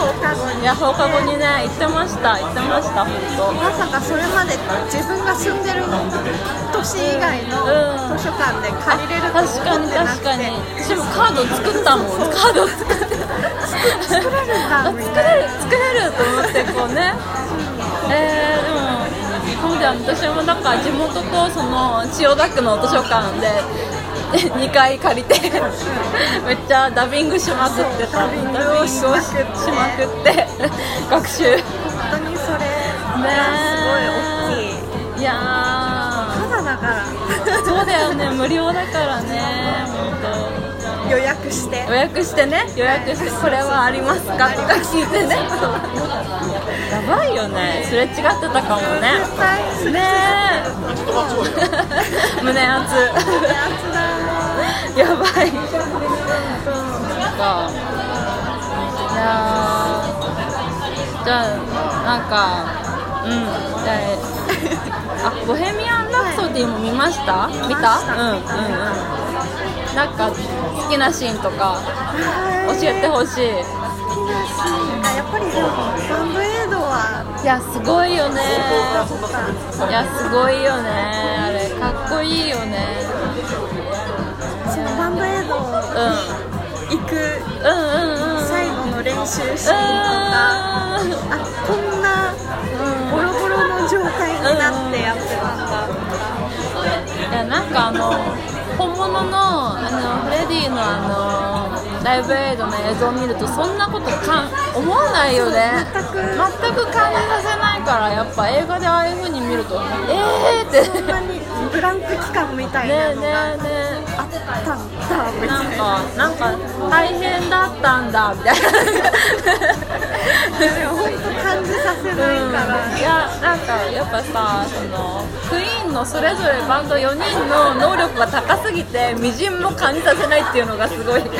Speaker 2: 放課後
Speaker 1: い
Speaker 2: に
Speaker 1: や放課後にね行ってました行ってました本当
Speaker 2: まさかそれまで自分が住んでる都市以外
Speaker 1: う
Speaker 2: の
Speaker 1: ん
Speaker 2: 図書館で借りれると思
Speaker 1: 確か
Speaker 2: っ
Speaker 1: に
Speaker 2: てなく
Speaker 1: 確か
Speaker 2: て
Speaker 1: に私もカード作ったもんカード作って
Speaker 2: 作れるんだ
Speaker 1: あ
Speaker 2: み
Speaker 1: 作
Speaker 2: た
Speaker 1: れ
Speaker 2: いな
Speaker 1: る作れると思ってこうねえー、でもそうだよね私もなんか地元とその千代田区の図書館で2回借りてめっちゃダビングしまくってた
Speaker 2: そうダビングをしまくって
Speaker 1: しまくって学習ね
Speaker 2: 本当にそれがすごい大きい
Speaker 1: いいや
Speaker 2: ただだから
Speaker 1: ー そうだよね無料だからね本当。
Speaker 2: 予約して
Speaker 1: 予約してね予約してこれはありますかとか聞いてねやばいよねすれ違ってたかもね
Speaker 2: 絶対する
Speaker 1: ねえ胸熱
Speaker 2: やつだ
Speaker 1: やばいなんかいやーじゃあなんかうんじゃああボヘミアン・ラプソディも見ました見たうんうんうんなんか好きなシーンとか
Speaker 2: は
Speaker 1: 教えてほしい
Speaker 2: 好きなシーンあやっぱりでもバンドエイドはい
Speaker 1: やすごいよね
Speaker 2: そっか
Speaker 1: いやすごいよねあれかっこいいよね
Speaker 2: そのバンドエイド
Speaker 1: うん
Speaker 2: 行く
Speaker 1: うんうんうん
Speaker 2: 最後の練習シーンとかあ
Speaker 1: う
Speaker 2: こんな
Speaker 1: ーん
Speaker 2: ボロボロの状態になってやってたんだ
Speaker 1: いやなんかあの本物のあのフレディのあのライブエイドの映像を見るとそんなことかん思わないよね
Speaker 2: 全く
Speaker 1: 全く感じさせないからやっぱ映画でああいう風に見るとえーって
Speaker 2: そんなにブランク期間みたい
Speaker 1: ね
Speaker 2: な
Speaker 1: え
Speaker 2: の
Speaker 1: ね
Speaker 2: があっ
Speaker 1: えねえ
Speaker 2: たんだみ
Speaker 1: なん
Speaker 2: たいな
Speaker 1: か、なんか大変だったんだみたいな。
Speaker 2: でも本当感じさせないから、
Speaker 1: いやなんかやっぱさそのクイーンのそれぞれバンド4人の能力が高すぎてみじんも感じさせないっていうのがすごいす
Speaker 2: す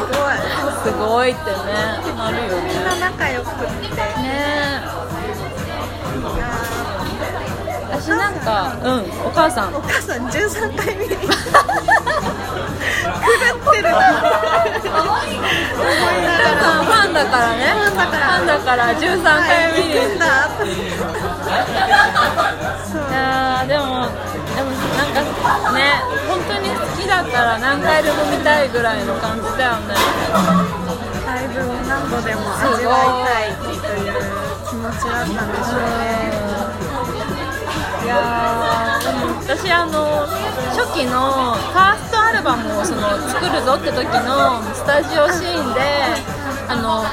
Speaker 2: ご
Speaker 1: ご
Speaker 2: い
Speaker 1: いってねなるよ
Speaker 2: みん
Speaker 1: ね
Speaker 2: な仲良くって
Speaker 1: ね
Speaker 2: あ
Speaker 1: え私なんかうんお母さん
Speaker 2: ーお母さん13回見に狂ってる なって思いながら
Speaker 1: ファンだからねファンだから13回見に行っ
Speaker 2: 行くんだそう
Speaker 1: いやーでもでもなんかね本当に好きだったら何回でも見たいぐらいの感じだよね
Speaker 2: ライブを何度でも味わいたいという気持ちだったんでしょうね
Speaker 1: いやーでも私あの初期のファーストアルバムをその作るぞって時のスタジオシーンであの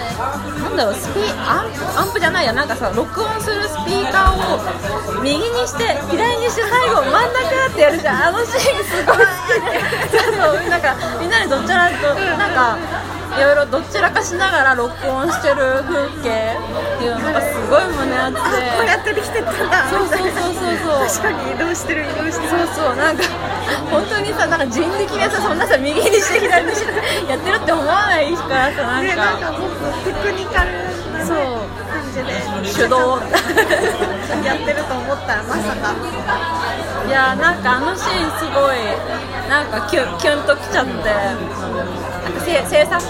Speaker 1: なんだろうスピアンプアンプじゃないやなんかさ録音するスピーカーを右にして左にして最後真ん中ってやるじゃんあのシーンすごい好きでそうそうなんかみんなでどちらとなんかいろいろどちらかしながら録音してる風景っていうのがすごい胸熱
Speaker 2: あこう
Speaker 1: で
Speaker 2: やってできてたんだ
Speaker 1: そう
Speaker 2: み
Speaker 1: そう
Speaker 2: た
Speaker 1: そうそうそう
Speaker 2: いな確かに移動してる移動してる
Speaker 1: そうそうなんか本当にさなんか人力でさそんなさ右にして左にしてやってるって思わないからさなん
Speaker 2: ね、なん
Speaker 1: か
Speaker 2: かもっとテクニカル当たり
Speaker 1: そう
Speaker 2: 前感じで
Speaker 1: 手動
Speaker 2: やってると思ったらまさか
Speaker 1: いやーなんかあのシーンすごいなんかキュンキュンときちゃってなんかせ制作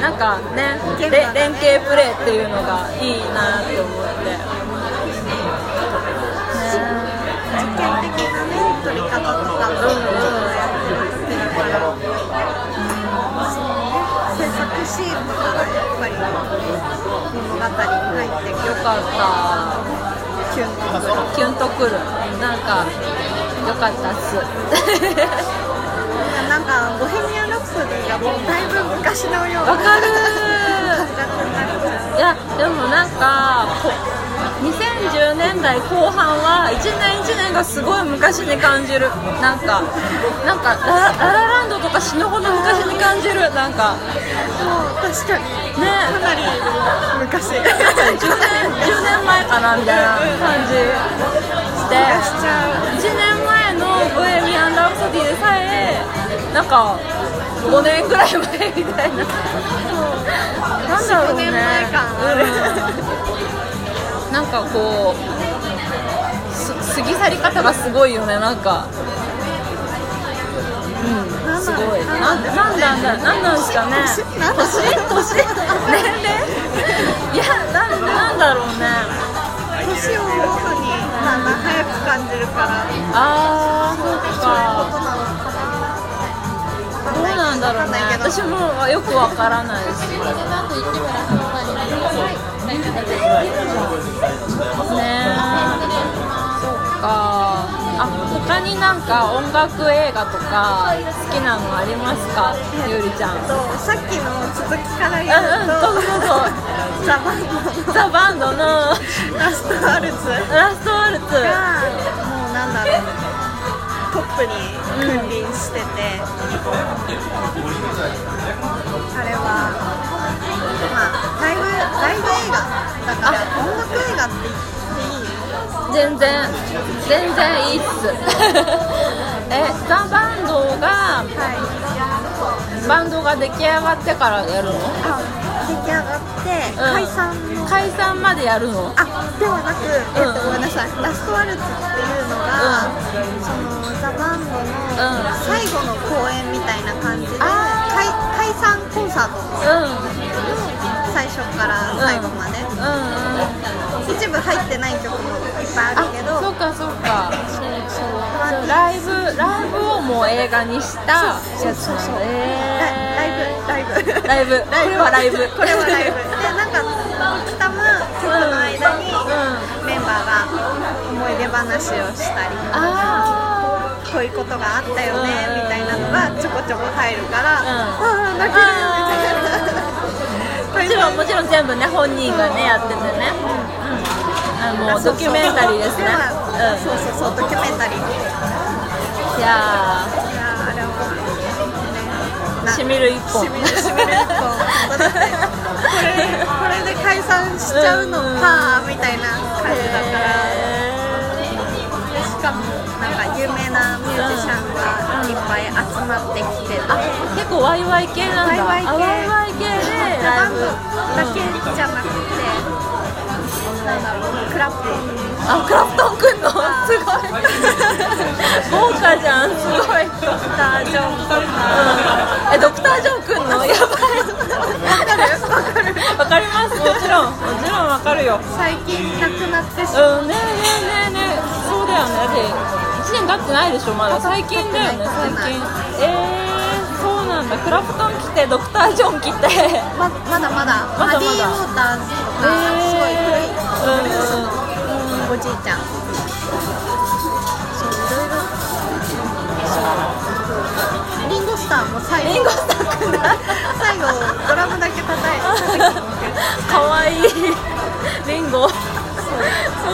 Speaker 1: なんかね
Speaker 2: 現場
Speaker 1: れ
Speaker 2: がね
Speaker 1: 連携プレーっていうのがいいなって思って
Speaker 2: 実験的なね撮り方とかもちょっとやってるっていうから、そうね制作シーンとかがやっぱり物語に入って
Speaker 1: よかった
Speaker 2: キュンとくる
Speaker 1: キュンとくるなんかよかったっす
Speaker 2: なんかボヘミアン・ラプソディがもうだいぶ昔のような
Speaker 1: わかる
Speaker 2: 感覚になっちゃう
Speaker 1: いやでもなんかこ2010年代後半は1年1年がすごい昔に感じるなんかなんかラララランドとか死ぬほど昔に感じるなんか
Speaker 2: もう確かに
Speaker 1: ね
Speaker 2: かなり昔がし
Speaker 1: 10年10年前かなみたいな感じして
Speaker 2: ちゃ
Speaker 1: 1
Speaker 2: う
Speaker 1: 年前の「ボヘミアン・ラプソディ」でさえなんか5年くらい前みたいななんだろうね
Speaker 2: 5年前感ある
Speaker 1: うんなんかこうす過ぎ去り方がすごいよねなんかうん
Speaker 2: なん
Speaker 1: す
Speaker 2: だ
Speaker 1: ごい
Speaker 2: な
Speaker 1: なんん
Speaker 2: だ
Speaker 1: なんなんだなんなんですかね
Speaker 2: 年なんだ
Speaker 1: 年年年 齢いやなんなんだろうね
Speaker 2: 年を追うのにだんだん早く感じるから
Speaker 1: ああそうか
Speaker 2: ことなのかな
Speaker 1: どうなんだろうね
Speaker 2: わかんないけど
Speaker 1: 私もよくわからないですねそうかあ他になんか音楽映画とか好きなのありますかゆりちゃん
Speaker 2: とさっきの続きから言
Speaker 1: うんうんそう
Speaker 2: う
Speaker 1: そう
Speaker 2: と
Speaker 1: そう
Speaker 2: 「ザ・バンド
Speaker 1: ザ・バンドの
Speaker 2: のラスト・アルツ
Speaker 1: ラストワルツ
Speaker 2: がもうなんだろうトップに君臨してて、あれはまあライブライブ映画だから音楽映画っ
Speaker 1: 全
Speaker 2: て言っていい
Speaker 1: 然全然いいっす えザ・バンドが
Speaker 2: はい
Speaker 1: バンドが出来上がってからやるの
Speaker 2: あ出来上がって
Speaker 1: うん
Speaker 2: 解散の、
Speaker 1: 解散までやるの
Speaker 2: あではなく、えっ
Speaker 1: う
Speaker 2: と
Speaker 1: ん
Speaker 2: ごめんなさいラストワルツっていうのが、そのザ・バンドの
Speaker 1: ん
Speaker 2: 最後の公演みたいな感じで、
Speaker 1: あ
Speaker 2: 解解散コンサート
Speaker 1: う
Speaker 2: の
Speaker 1: ん
Speaker 2: 最初から最後まで、
Speaker 1: うんうん
Speaker 2: 一部入ってない曲もいっぱいあるけど
Speaker 1: そうかそうかそうライブライブをもう映画にしたやつなんだ
Speaker 2: ラ
Speaker 1: え
Speaker 2: イブライブ
Speaker 1: ーライブこれはライブ
Speaker 2: これはライブでなんか時たま曲の間に、
Speaker 1: う
Speaker 2: メンバーが思い出話をしたり
Speaker 1: あ
Speaker 2: こういうことがあったよね
Speaker 1: うん
Speaker 2: みたいなのがちょこちょこ入るから、ああ泣ける
Speaker 1: あもちろんもちろん全部ね本人がねやっててねうんあもうドキュメンタリーですね
Speaker 2: では そうそうそうドキュメンタリーい
Speaker 1: うんいや
Speaker 2: やーあれは
Speaker 1: ー
Speaker 2: ね
Speaker 1: しみる一本
Speaker 2: しみるし みる一本本当だねこれこれで解散しちゃうのかみたいな感じだから。
Speaker 1: へ
Speaker 2: でしかもなんか有名なミュージシャンがいっぱい集まってきてて、
Speaker 1: ー結構ワイワイ系なんだ
Speaker 2: YYK
Speaker 1: あワイワイ系でラ
Speaker 2: バ
Speaker 1: イ
Speaker 2: ン
Speaker 1: ブ
Speaker 2: ドだけじゃなくて、なんだろうクラップ
Speaker 1: あ、クラプトンくんのすごい豪華じゃん、すごいドクター・ジョンくんえ、ドクター・ジョンくんのやばいわかるわかります、もちろんもちろんわかるよ
Speaker 2: 最近なくなってしまっ
Speaker 1: うん、ねえねえねえねえそうだよね、だって1年経ってないでしょ、まだ最近だよね、最近えー、そうなんだ、クラプトン来て、ドクター・ジョン来て
Speaker 2: たまま
Speaker 1: まだ
Speaker 2: だまだ
Speaker 1: まだ
Speaker 2: マディ・ウォーターズとか
Speaker 1: へー
Speaker 2: すごい古いブルースのおじいちゃんそういろいろそうリンゴスターも最後
Speaker 1: リンゴスターくんだ
Speaker 2: 最後ドラムだけ叩いて
Speaker 1: かわいいリンゴそう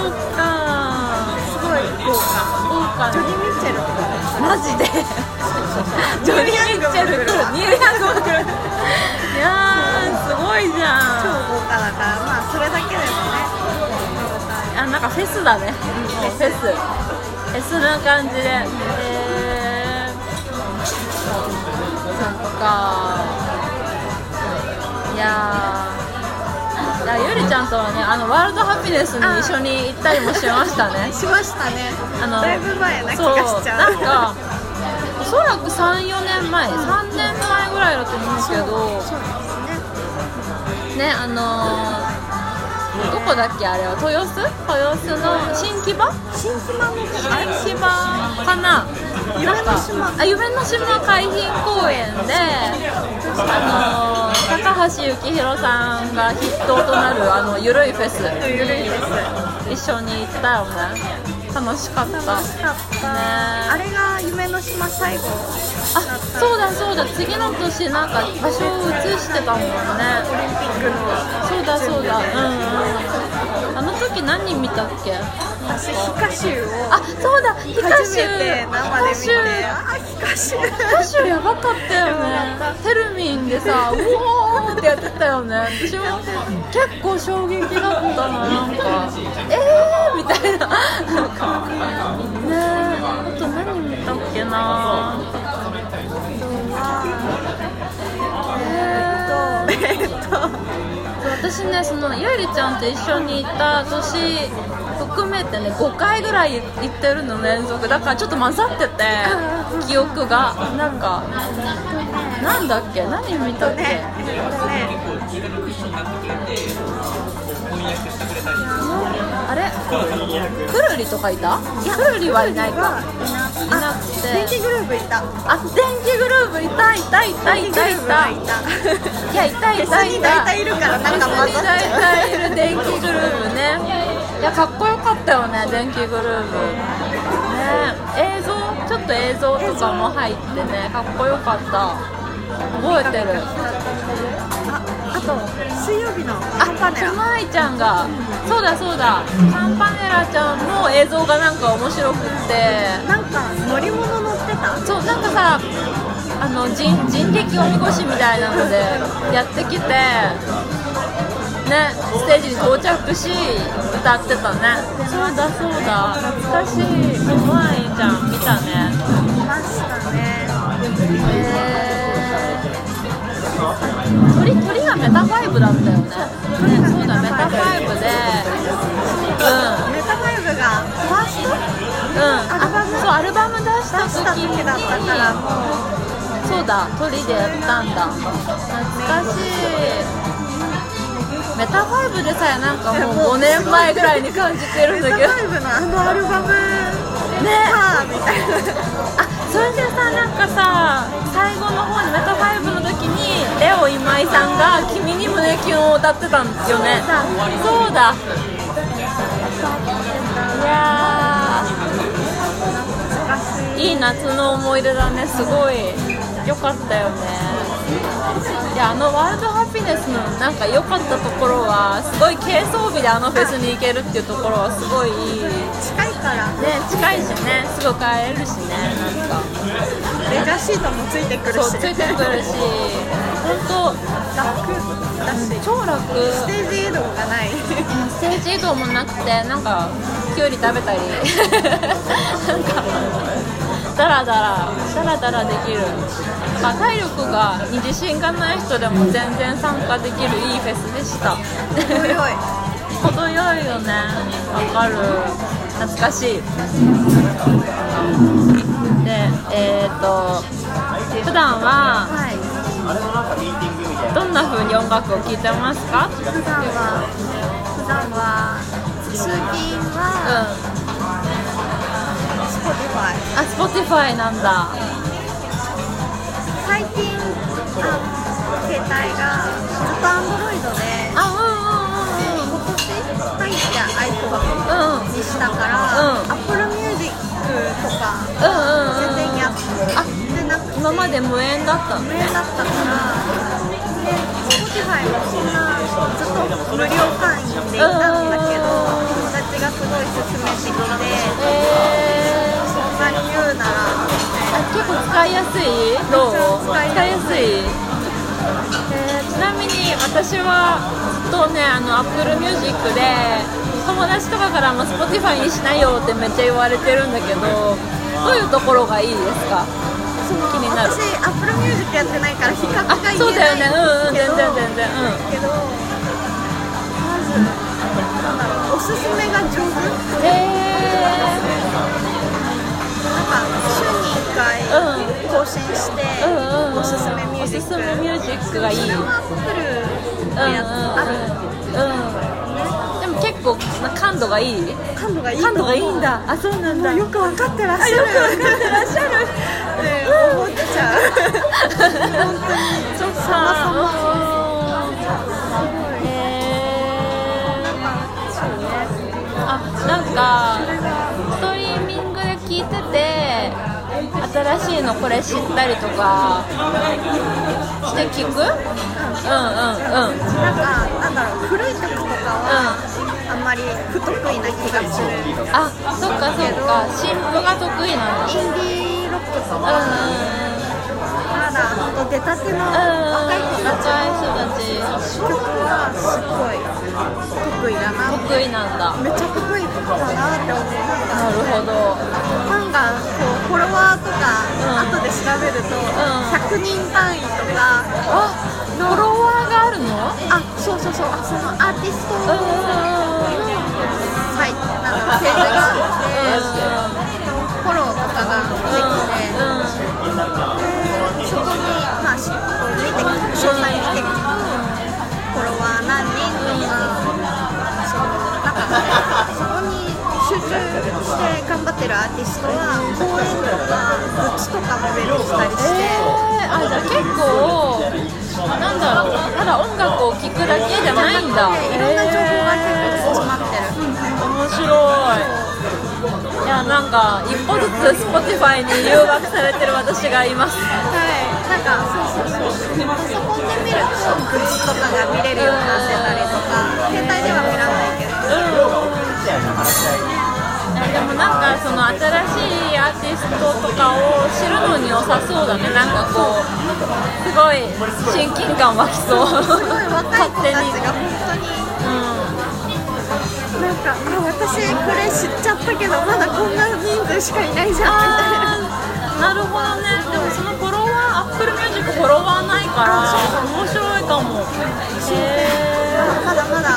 Speaker 1: か
Speaker 2: すごい豪華
Speaker 1: 豪華
Speaker 2: ジョニー・ミッチェルとかね
Speaker 1: マジで ジョニー・ミッチェル来るニール・ヤングも来るいやーすごいじ
Speaker 2: 超
Speaker 1: ゃん
Speaker 2: 豪華だからまあそれだけでもね
Speaker 1: あなんかフェスだねフェスフェスな感じでへえそっかいやーやゆりちゃんとはねあのワールドハピネスに一緒に行ったりもしましたね
Speaker 2: しましたね
Speaker 1: あの
Speaker 2: だいぶ前な気
Speaker 1: そう
Speaker 2: がしちゃ
Speaker 1: な
Speaker 2: うん
Speaker 1: かおそらく34年前3年前ぐらいだと思うけど
Speaker 2: そうですね
Speaker 1: ねあのーどこだっけあれは豊洲豊洲の新木場
Speaker 2: 新島の子あれ
Speaker 1: 新木場かな
Speaker 2: 夢の島
Speaker 1: なんかあ夢の島海浜公園であのー高橋幸宏さんが筆頭となるあのゆるいフェス
Speaker 2: ゆるいです
Speaker 1: 一緒に行ったよね楽しかっ
Speaker 2: 楽
Speaker 1: た
Speaker 2: しかった、
Speaker 1: ね
Speaker 2: あれが夢の島最後だ
Speaker 1: あ
Speaker 2: った
Speaker 1: そうだそうだ次の年なんか場所を移してたもんね
Speaker 2: オリンピックの
Speaker 1: そうだそうだうんうんあの時何見たっけ
Speaker 2: 私皮下集を
Speaker 1: あそうだヒカ
Speaker 2: 初
Speaker 1: シュ
Speaker 2: めて生で見て
Speaker 1: ヒ
Speaker 2: あ皮下集
Speaker 1: カシュやばかったよ
Speaker 2: やばか
Speaker 1: ねテルミンでさうおーってやってたよね私も結構衝撃だったななんかえーみたいななんかねえあと何見たっけな
Speaker 2: えっと
Speaker 1: 私ねそのゆりちゃんと一緒に行った年含めてね5回ぐらい行ってるの連続だからちょっと混ざってて記憶がなんかなんだっけ何見たっけ、
Speaker 2: ねえっとね
Speaker 1: あれくるりとかいたくるりはいないかいなくて
Speaker 2: 電気グループいた
Speaker 1: あ電気グループいたいたいたいたいたい
Speaker 2: いた
Speaker 1: や いたいたい
Speaker 2: に大
Speaker 1: た
Speaker 2: 体いるからなんか混ざっちゃう
Speaker 1: 大体いる電気グループねいやかっこよかったよね電気グループね映像ちょっと映像とかも入ってねかっこよかった覚えてる
Speaker 2: ああと水曜日のカンパネラ
Speaker 1: あかまいちゃんがそうだそうだカンパネラちゃんの映像がなんか面白くって
Speaker 2: なんか乗り物乗ってた
Speaker 1: そうなんかさあの人人力鬼越しみたいなのでやってきてねステージに到着し歌ってたねそうだそうだ懐かしいかまいちゃん見たね
Speaker 2: いましたね
Speaker 1: 鳥鳥がメタファイブだったよね。ねそうだメタファイブで、う
Speaker 2: メタファイブがファースト
Speaker 1: んうん。あそうアルバム出した
Speaker 2: 出した
Speaker 1: 時に
Speaker 2: 時だったからもう
Speaker 1: そうだ鳥でやったんだ。懐かしい。メタファイブでさえなんかもう5年前ぐらいに感じてる
Speaker 2: メ
Speaker 1: んだ
Speaker 2: タ
Speaker 1: けど
Speaker 2: ファイブのあのアルバム
Speaker 1: ね
Speaker 2: かみたいな
Speaker 1: あそれでさなんかさ最後の方にメタファイブの時にレオ今井さんが「君に胸キュン」を歌ってたんですよねそうだいや
Speaker 2: 難しい
Speaker 1: ーいい夏の思い出だねすごい良かったよねいやあのワールドハピネスのなんか良かったところはすごい軽装備であのフェスに行けるっていうところはすごいいいね
Speaker 2: 近いから
Speaker 1: 近いしねすぐ帰れるしねなんか
Speaker 2: レジャーシートもついてくる
Speaker 1: そう
Speaker 2: し
Speaker 1: ついてくるし本当
Speaker 2: 楽だし
Speaker 1: 超楽
Speaker 2: ステージ移動がない
Speaker 1: ステージ移動もなくてなんかきゅうり食べたりなんかダラダラダラダラできるまあ体力がに自信がない人でも全然参加できるいいフェスでした
Speaker 2: 強い
Speaker 1: 程よいよねわかる懐かしいでえっ、と普段は
Speaker 2: はい
Speaker 1: どんな風に音楽を聴いてますか
Speaker 2: 普段は普段は通勤
Speaker 1: うん
Speaker 2: は
Speaker 1: あ
Speaker 2: Spotify、
Speaker 1: Spotify なんだ
Speaker 2: 最近あ携帯がずっと Android で
Speaker 1: あうんうんうんうん
Speaker 2: 今年入って iPhone
Speaker 1: うん
Speaker 2: にしたから、
Speaker 1: うん
Speaker 2: Apple Music とか
Speaker 1: うんうんうん
Speaker 2: 全然やってなくて
Speaker 1: 今まで無縁だったの
Speaker 2: 無縁だったからで Spotify もそんなずっと無料会員でいたんだけど
Speaker 1: うん
Speaker 2: 友達がすごい勧めてきて
Speaker 1: えー、
Speaker 2: そんなに言うなら
Speaker 1: あ結構使いやすいどう
Speaker 2: めっちゃ使い
Speaker 1: 使いや
Speaker 2: やすい
Speaker 1: すいえーちなみに私はずっとねあの Apple Music で友達とかからも Spotify にしないよってめっちゃ言われてるんだけどどういうところがいいですか
Speaker 2: その
Speaker 1: 気になる
Speaker 2: 私 Apple Music やってないから比較が
Speaker 1: あ
Speaker 2: 言えない
Speaker 1: そうだよねうんうん
Speaker 2: けど
Speaker 1: 全然全然うん
Speaker 2: けどなんだろうおすすめが上手
Speaker 1: え
Speaker 2: なんか週に
Speaker 1: う
Speaker 2: 1回更新して、
Speaker 1: ーうんうん
Speaker 2: おすすめミュージッ
Speaker 1: おす
Speaker 2: ク
Speaker 1: すめミュージックがいい
Speaker 2: それもアップルのやつある、
Speaker 1: うんうんでも結構な感度がいい
Speaker 2: 感度がいいと
Speaker 1: 感
Speaker 2: 思
Speaker 1: 度
Speaker 2: う
Speaker 1: がいいんだあそうなんだ
Speaker 2: もうよくわかってらっしゃるよく分かってらっしゃるって思っちゃう本当にちょっと
Speaker 1: さ
Speaker 2: 様々
Speaker 1: あうんへー
Speaker 2: そうね
Speaker 1: あなんかストリーミングで聞いてて新しいのこれ知ったりとかして聞くうんうんうん
Speaker 2: なんかなんだろう古い曲とかは、あんまり不得意な気がするインデ
Speaker 1: あそっかそっか新婦が得意なんだ
Speaker 2: ィーロックと
Speaker 1: うんうん
Speaker 2: かまだほんと出たての若い
Speaker 1: うん若
Speaker 2: 子たちの
Speaker 1: い人たち
Speaker 2: 曲はすっごい得意だな
Speaker 1: 得意なんだ
Speaker 2: めっちゃ得意だなって思
Speaker 1: なるほ
Speaker 2: うなんか
Speaker 1: ど
Speaker 2: ファンがこうフォロワーとか
Speaker 1: うん
Speaker 2: 後で調べると、100人単位とか
Speaker 1: あフォロワーがあるの
Speaker 2: あそうそうそうあそのアーティスト
Speaker 1: うんう
Speaker 2: の
Speaker 1: んうん
Speaker 2: サイトなんだろうページがあって
Speaker 1: うん
Speaker 2: フォローとかができて、
Speaker 1: うん
Speaker 2: そこにまあしこう見て詳細見ていくとフォロワー何人とか、そのなんかそこに集中して頑張ってるアーティストは公演とかグッズとかもベルしたり
Speaker 1: えー、あじゃあ
Speaker 2: して。
Speaker 1: 結構なんだろうただ音楽を聴くだけじゃないんだ
Speaker 2: いろんな情報が結構詰まってる、
Speaker 1: 面白いいやなんか一歩ずつ Spotify に誘惑されてる私がいます
Speaker 2: はいなんかそうそうそうパソコンで見るとグッズとかが見れるようになってたりとか携帯では見らないけど
Speaker 1: うんいやでもなんかその新しいアーティストとかを知るのに良さそうだねなんかこうすごい親近感湧きそう
Speaker 2: すごい若い子たちが本当に
Speaker 1: う
Speaker 2: なんかあ私これ知っちゃったけどまだこんな人数しかいないじゃんみたいな。
Speaker 1: んなるほどねでもそのフォロワー Apple Music フォロワーないから面白いかもへえ
Speaker 2: まだまだ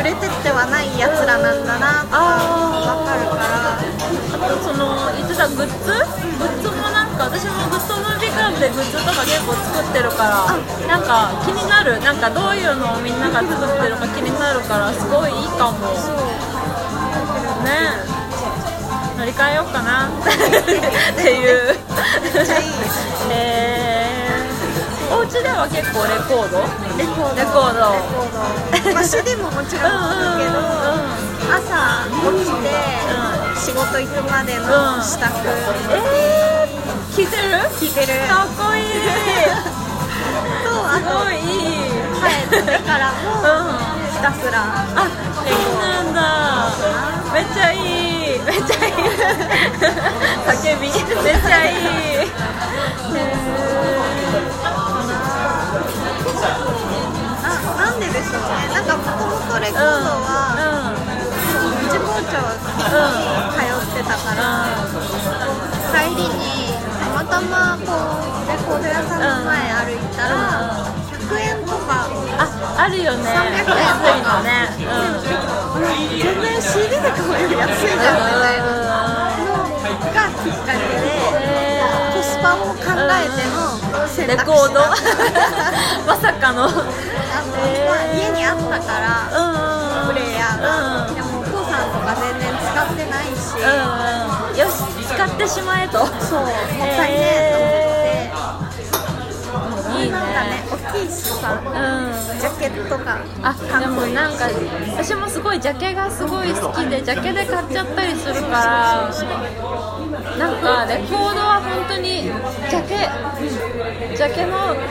Speaker 2: 売れてってはないやつらなんだなって
Speaker 1: あ
Speaker 2: 分かるから
Speaker 1: あとその言ってたグッズグッズもなんか私もグッドムービークラブでグッズとか結構作ってるからなんか気になるなんかどういうのをみんなが作ってるか気になるからすごいいいかもね乗り換えようか なっていう
Speaker 2: めっちゃいい
Speaker 1: えー、お家では結構レコード
Speaker 2: レコード
Speaker 1: レコード
Speaker 2: レコードまあ CD ももちろんだけど朝起きて仕事行くまでの支度
Speaker 1: えー、聞いてる
Speaker 2: 聞いてる
Speaker 1: かっこいい
Speaker 2: とあ
Speaker 1: すごいいい
Speaker 2: と帰ってから
Speaker 1: う
Speaker 2: も
Speaker 1: ん
Speaker 2: ひたすら
Speaker 1: あ、そうなんだ。めっちゃいい。めっちゃいい。叫び。めっちゃいい。へ
Speaker 2: ななんででしょうねなんかもともとレコードは、
Speaker 1: ー
Speaker 2: 一包丁に通ってたから、帰りにたまたまこうレコード屋さんの前歩いたら、100円とか、
Speaker 1: あ、あるよね。
Speaker 2: 300円とか
Speaker 1: 安いのね。
Speaker 2: あれ全然 CD で買うより安いじゃんみたいなのがきっかけで、コスパを考えての
Speaker 1: う
Speaker 2: 選
Speaker 1: ん。レ
Speaker 2: 択肢だった
Speaker 1: コード
Speaker 2: あ。
Speaker 1: まさかの。うん。
Speaker 2: のまあ家にあったから、プレイヤーが、
Speaker 1: うん
Speaker 2: でもお父さんとか全然使ってないし、
Speaker 1: うん。よし、使ってしまえと。
Speaker 2: そうもったいねえと思って。
Speaker 1: いい
Speaker 2: なんかね
Speaker 1: ね。、
Speaker 2: 大きいしさ、
Speaker 1: うん。
Speaker 2: ジャケットが、
Speaker 1: あでもなんか私もすごいジャケがすごい好きでジャケで買っちゃったりするからなんかレコードは本当にジャケジャケのね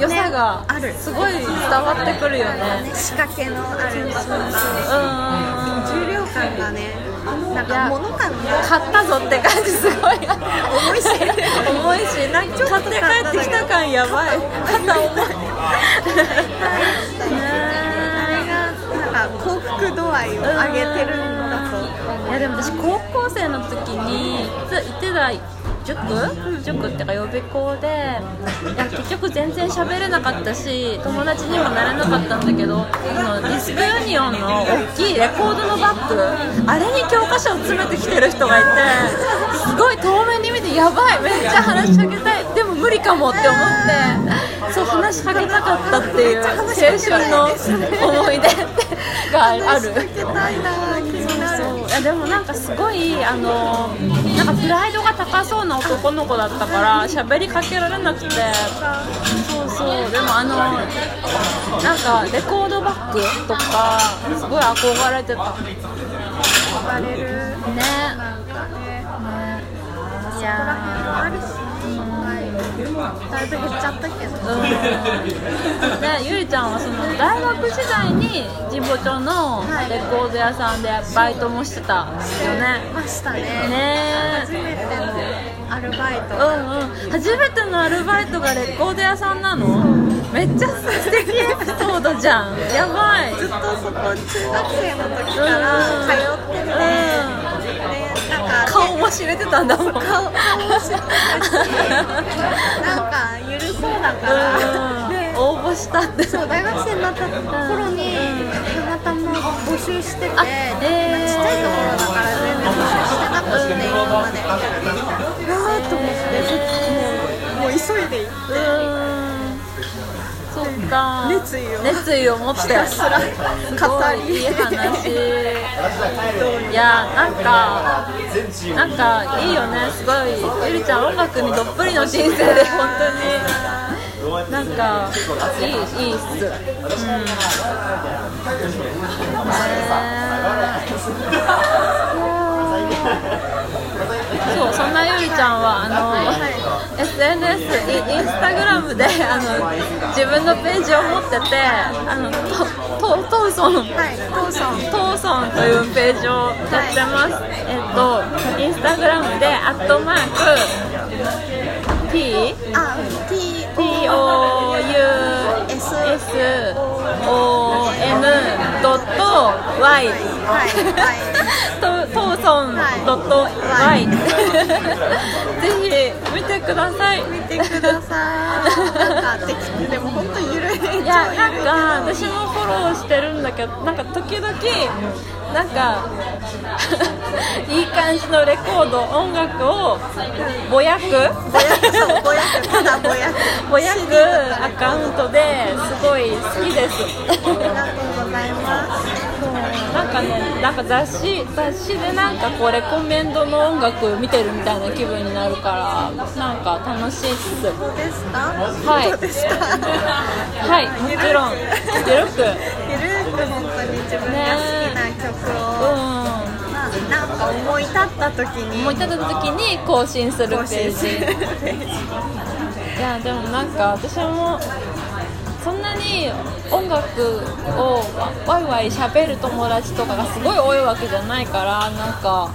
Speaker 1: 良さが
Speaker 2: ねある
Speaker 1: すごい伝わってくるよね
Speaker 2: ね、仕掛けのあると
Speaker 1: う
Speaker 2: か、
Speaker 1: ん
Speaker 2: 重量感がね、なん
Speaker 1: いや
Speaker 2: か物感が、
Speaker 1: 買ったぞって感じすごい重
Speaker 2: いし
Speaker 1: 重いしなんか買って帰ってきた感やばい肩重い
Speaker 2: あれがなんか幸福度合いを上げてるんだと。
Speaker 1: いやでも私高校生の時につ言ってた塾塾ってか予備校でいや結局全然喋れなかったし友達にもなれなかったんだけどあのディスクユニオンの大きいレコードのバッグあれに教科書を詰めてきてる人がいてすごい遠目に見てやばいめっちゃ話しかけたいでも無理かもって思ってそう話しかけなかったっていう青春の思い出がある。
Speaker 2: かけたいな気になる
Speaker 1: そういやでもなんかすごいあのなんかプライドが高そうな男の子だったから喋りかけられなくてそうそうでもあのなんかレコードバッグとかすごい憧れてたね
Speaker 2: 憧れるなんかね
Speaker 1: い
Speaker 2: ここら辺
Speaker 1: や
Speaker 2: もあるし、はい、だいぶ減っちゃったけど、
Speaker 1: ーうんでゆりちゃんはその大学時代に神保町のレコード屋さんでバイトもしてたよね
Speaker 2: ましたね
Speaker 1: ね
Speaker 2: 初めてのアルバイト、
Speaker 1: うんうん、初めてのアルバイトがレコード屋さんなのめっちゃ素敵エピソードじゃんやばい
Speaker 2: ずっとそこ中学生の時から通ってて、
Speaker 1: うん
Speaker 2: でなんか
Speaker 1: 顔も知れてたんだもん
Speaker 2: 顔顔も知ってたしなんかゆるそうだから、で
Speaker 1: うん応募したって
Speaker 2: そう大学生になった頃にたまたま募集してて、
Speaker 1: あえー
Speaker 2: ちっちゃいところだから全然募集してなくて今までわーっと思ってそっもうもう急いで行って
Speaker 1: うんそっか
Speaker 2: 熱意を
Speaker 1: 熱意を持って
Speaker 2: ひたすら語り
Speaker 1: いい話いやなんかなんかいいよねすごいゆりちゃん音楽にどっぷりの人生で本当になんかいいいいっすうんねそうそんなゆりちゃんはあの、SNS イインスタグラムであの自分のページを持っててあのトトトウソン、
Speaker 2: はい父さん
Speaker 1: トーソンというページをやってます、えっとインスタグラムでアットマーク T
Speaker 2: あ T
Speaker 1: T O U S O M ドット Y
Speaker 2: はい
Speaker 1: とトーソンドット
Speaker 2: は
Speaker 1: Y ぜひ見てください
Speaker 2: 見てくださいなんかできでも本当ゆるい
Speaker 1: いやなんか私もフォローしてるんだけどなんか時々なんか いい感じのレコード音楽をぼやく
Speaker 2: ぼやくそうぼやくただぼやく
Speaker 1: ぼやくアカウントですごい好きです
Speaker 2: ありがとうございます
Speaker 1: なんかねなんか雑誌雑誌でなんかこうレコメンドの音楽見てるみたいな気分になるからなんか楽しいっす
Speaker 2: どうですか
Speaker 1: い
Speaker 2: どうですか
Speaker 1: はいもちろんゆるく
Speaker 2: ゆるく本当に自分が好きな曲を、
Speaker 1: うん
Speaker 2: まあ、なんか思い立った時に
Speaker 1: 思い立った時に更新するペ
Speaker 2: 更新
Speaker 1: ー
Speaker 2: す
Speaker 1: ジ
Speaker 2: る
Speaker 1: いやでもなんか私もそんなに音楽をワイワイ喋る友達とかがすごい多いわけじゃないからなんか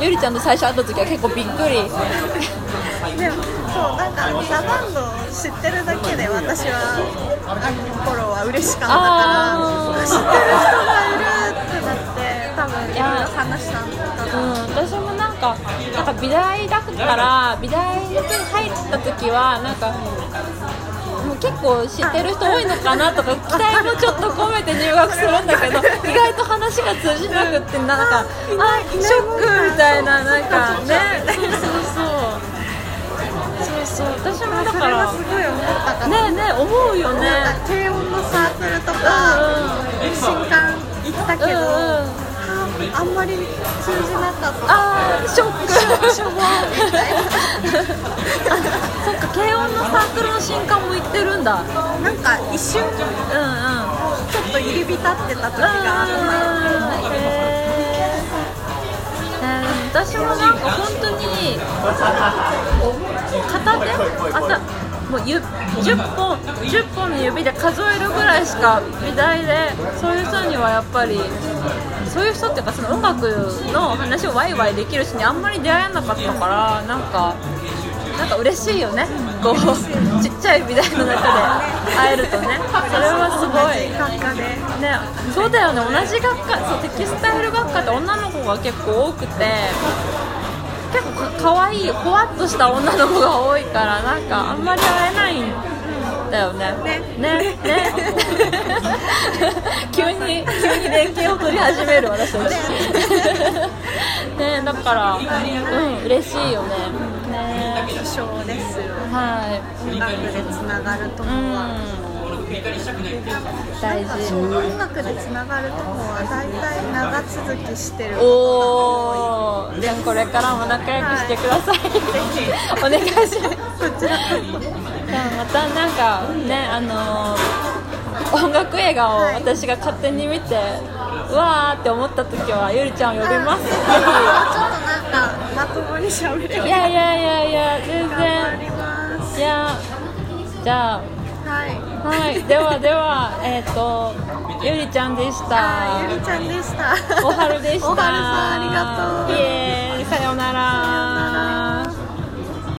Speaker 1: ゆりちゃんと最初会った時は結構びっくり
Speaker 2: でもそうなんかラバンドを知ってるだけで私はあの頃は嬉しかったから
Speaker 1: あー
Speaker 2: 知ってる人がいるってなって多分いろいろ話したんだ
Speaker 1: う
Speaker 2: と
Speaker 1: ん、
Speaker 2: 思う
Speaker 1: 私もなんかなんか美大だから美大に入った時はなんかもう結構知ってる人多いのかなとか期待もちょっと込めて入学するんだ けど意外と話が通じなくってなんかあショックみたいななんかねそうそうそうそうそう私もだ
Speaker 2: それ
Speaker 1: か
Speaker 2: は
Speaker 1: ら
Speaker 2: すごい思ったから、
Speaker 1: ねえねえ思うよね
Speaker 2: なんか低音のサークルとか新刊行ったけ
Speaker 1: うんう
Speaker 2: ど、
Speaker 1: ん
Speaker 2: ああんまり通じなかった
Speaker 1: あーショック
Speaker 2: しょぼーみたいな
Speaker 1: そっか軽音のサークルの新刊も行ってるんだ
Speaker 2: なんか一瞬
Speaker 1: うんうん
Speaker 2: ちょっと入り浸ってた
Speaker 1: うんへー
Speaker 2: 時があっ
Speaker 1: うん私もなんか本当に片手あたもうゆ10本10本の指で数えるぐらいしか美大でそういう人にはやっぱりそういう人っていうかその音楽の話をワイワイできる人にあんまり出会えなかったからなんかなんか嬉しいよねこうちっちゃい美大の中で会えるとねそれはす
Speaker 2: た
Speaker 1: ご
Speaker 2: 時
Speaker 1: い。
Speaker 2: 間がね
Speaker 1: ね、そうだよね同じ学科そうテキスタイル学科って女の子が結構多くて結構か可愛いほわっとした女の子が多いからなんかあんまり会えないんだよね
Speaker 2: ね
Speaker 1: ねね 急に急に連携を取り始める私たち ねだからうん嬉しいよねね
Speaker 2: 一生ですよ
Speaker 1: はい
Speaker 2: 音楽でつながる友は、
Speaker 1: うん
Speaker 2: なん
Speaker 1: 大
Speaker 2: か
Speaker 1: 事
Speaker 2: その音楽でつながる友は大体長続きしてる
Speaker 1: おーじゃあこれからも仲良くしてください、お願いします
Speaker 2: こちらこそ
Speaker 1: じゃあまたなんかねあのー音楽映画を
Speaker 2: はい
Speaker 1: 私が勝手に見て、わーって思った時はゆりちゃんを呼びます
Speaker 2: ちょっとなんかまともに喋れ
Speaker 1: い
Speaker 2: る
Speaker 1: やいやいやいや全
Speaker 2: 頑張
Speaker 1: 然
Speaker 2: ります
Speaker 1: いやじゃあ
Speaker 2: はい
Speaker 1: はいではではえっ、とゆりちゃんでした
Speaker 2: あゆりちゃんでした
Speaker 1: おはるでした
Speaker 2: おはるさんありがとう
Speaker 1: イエーイさようなら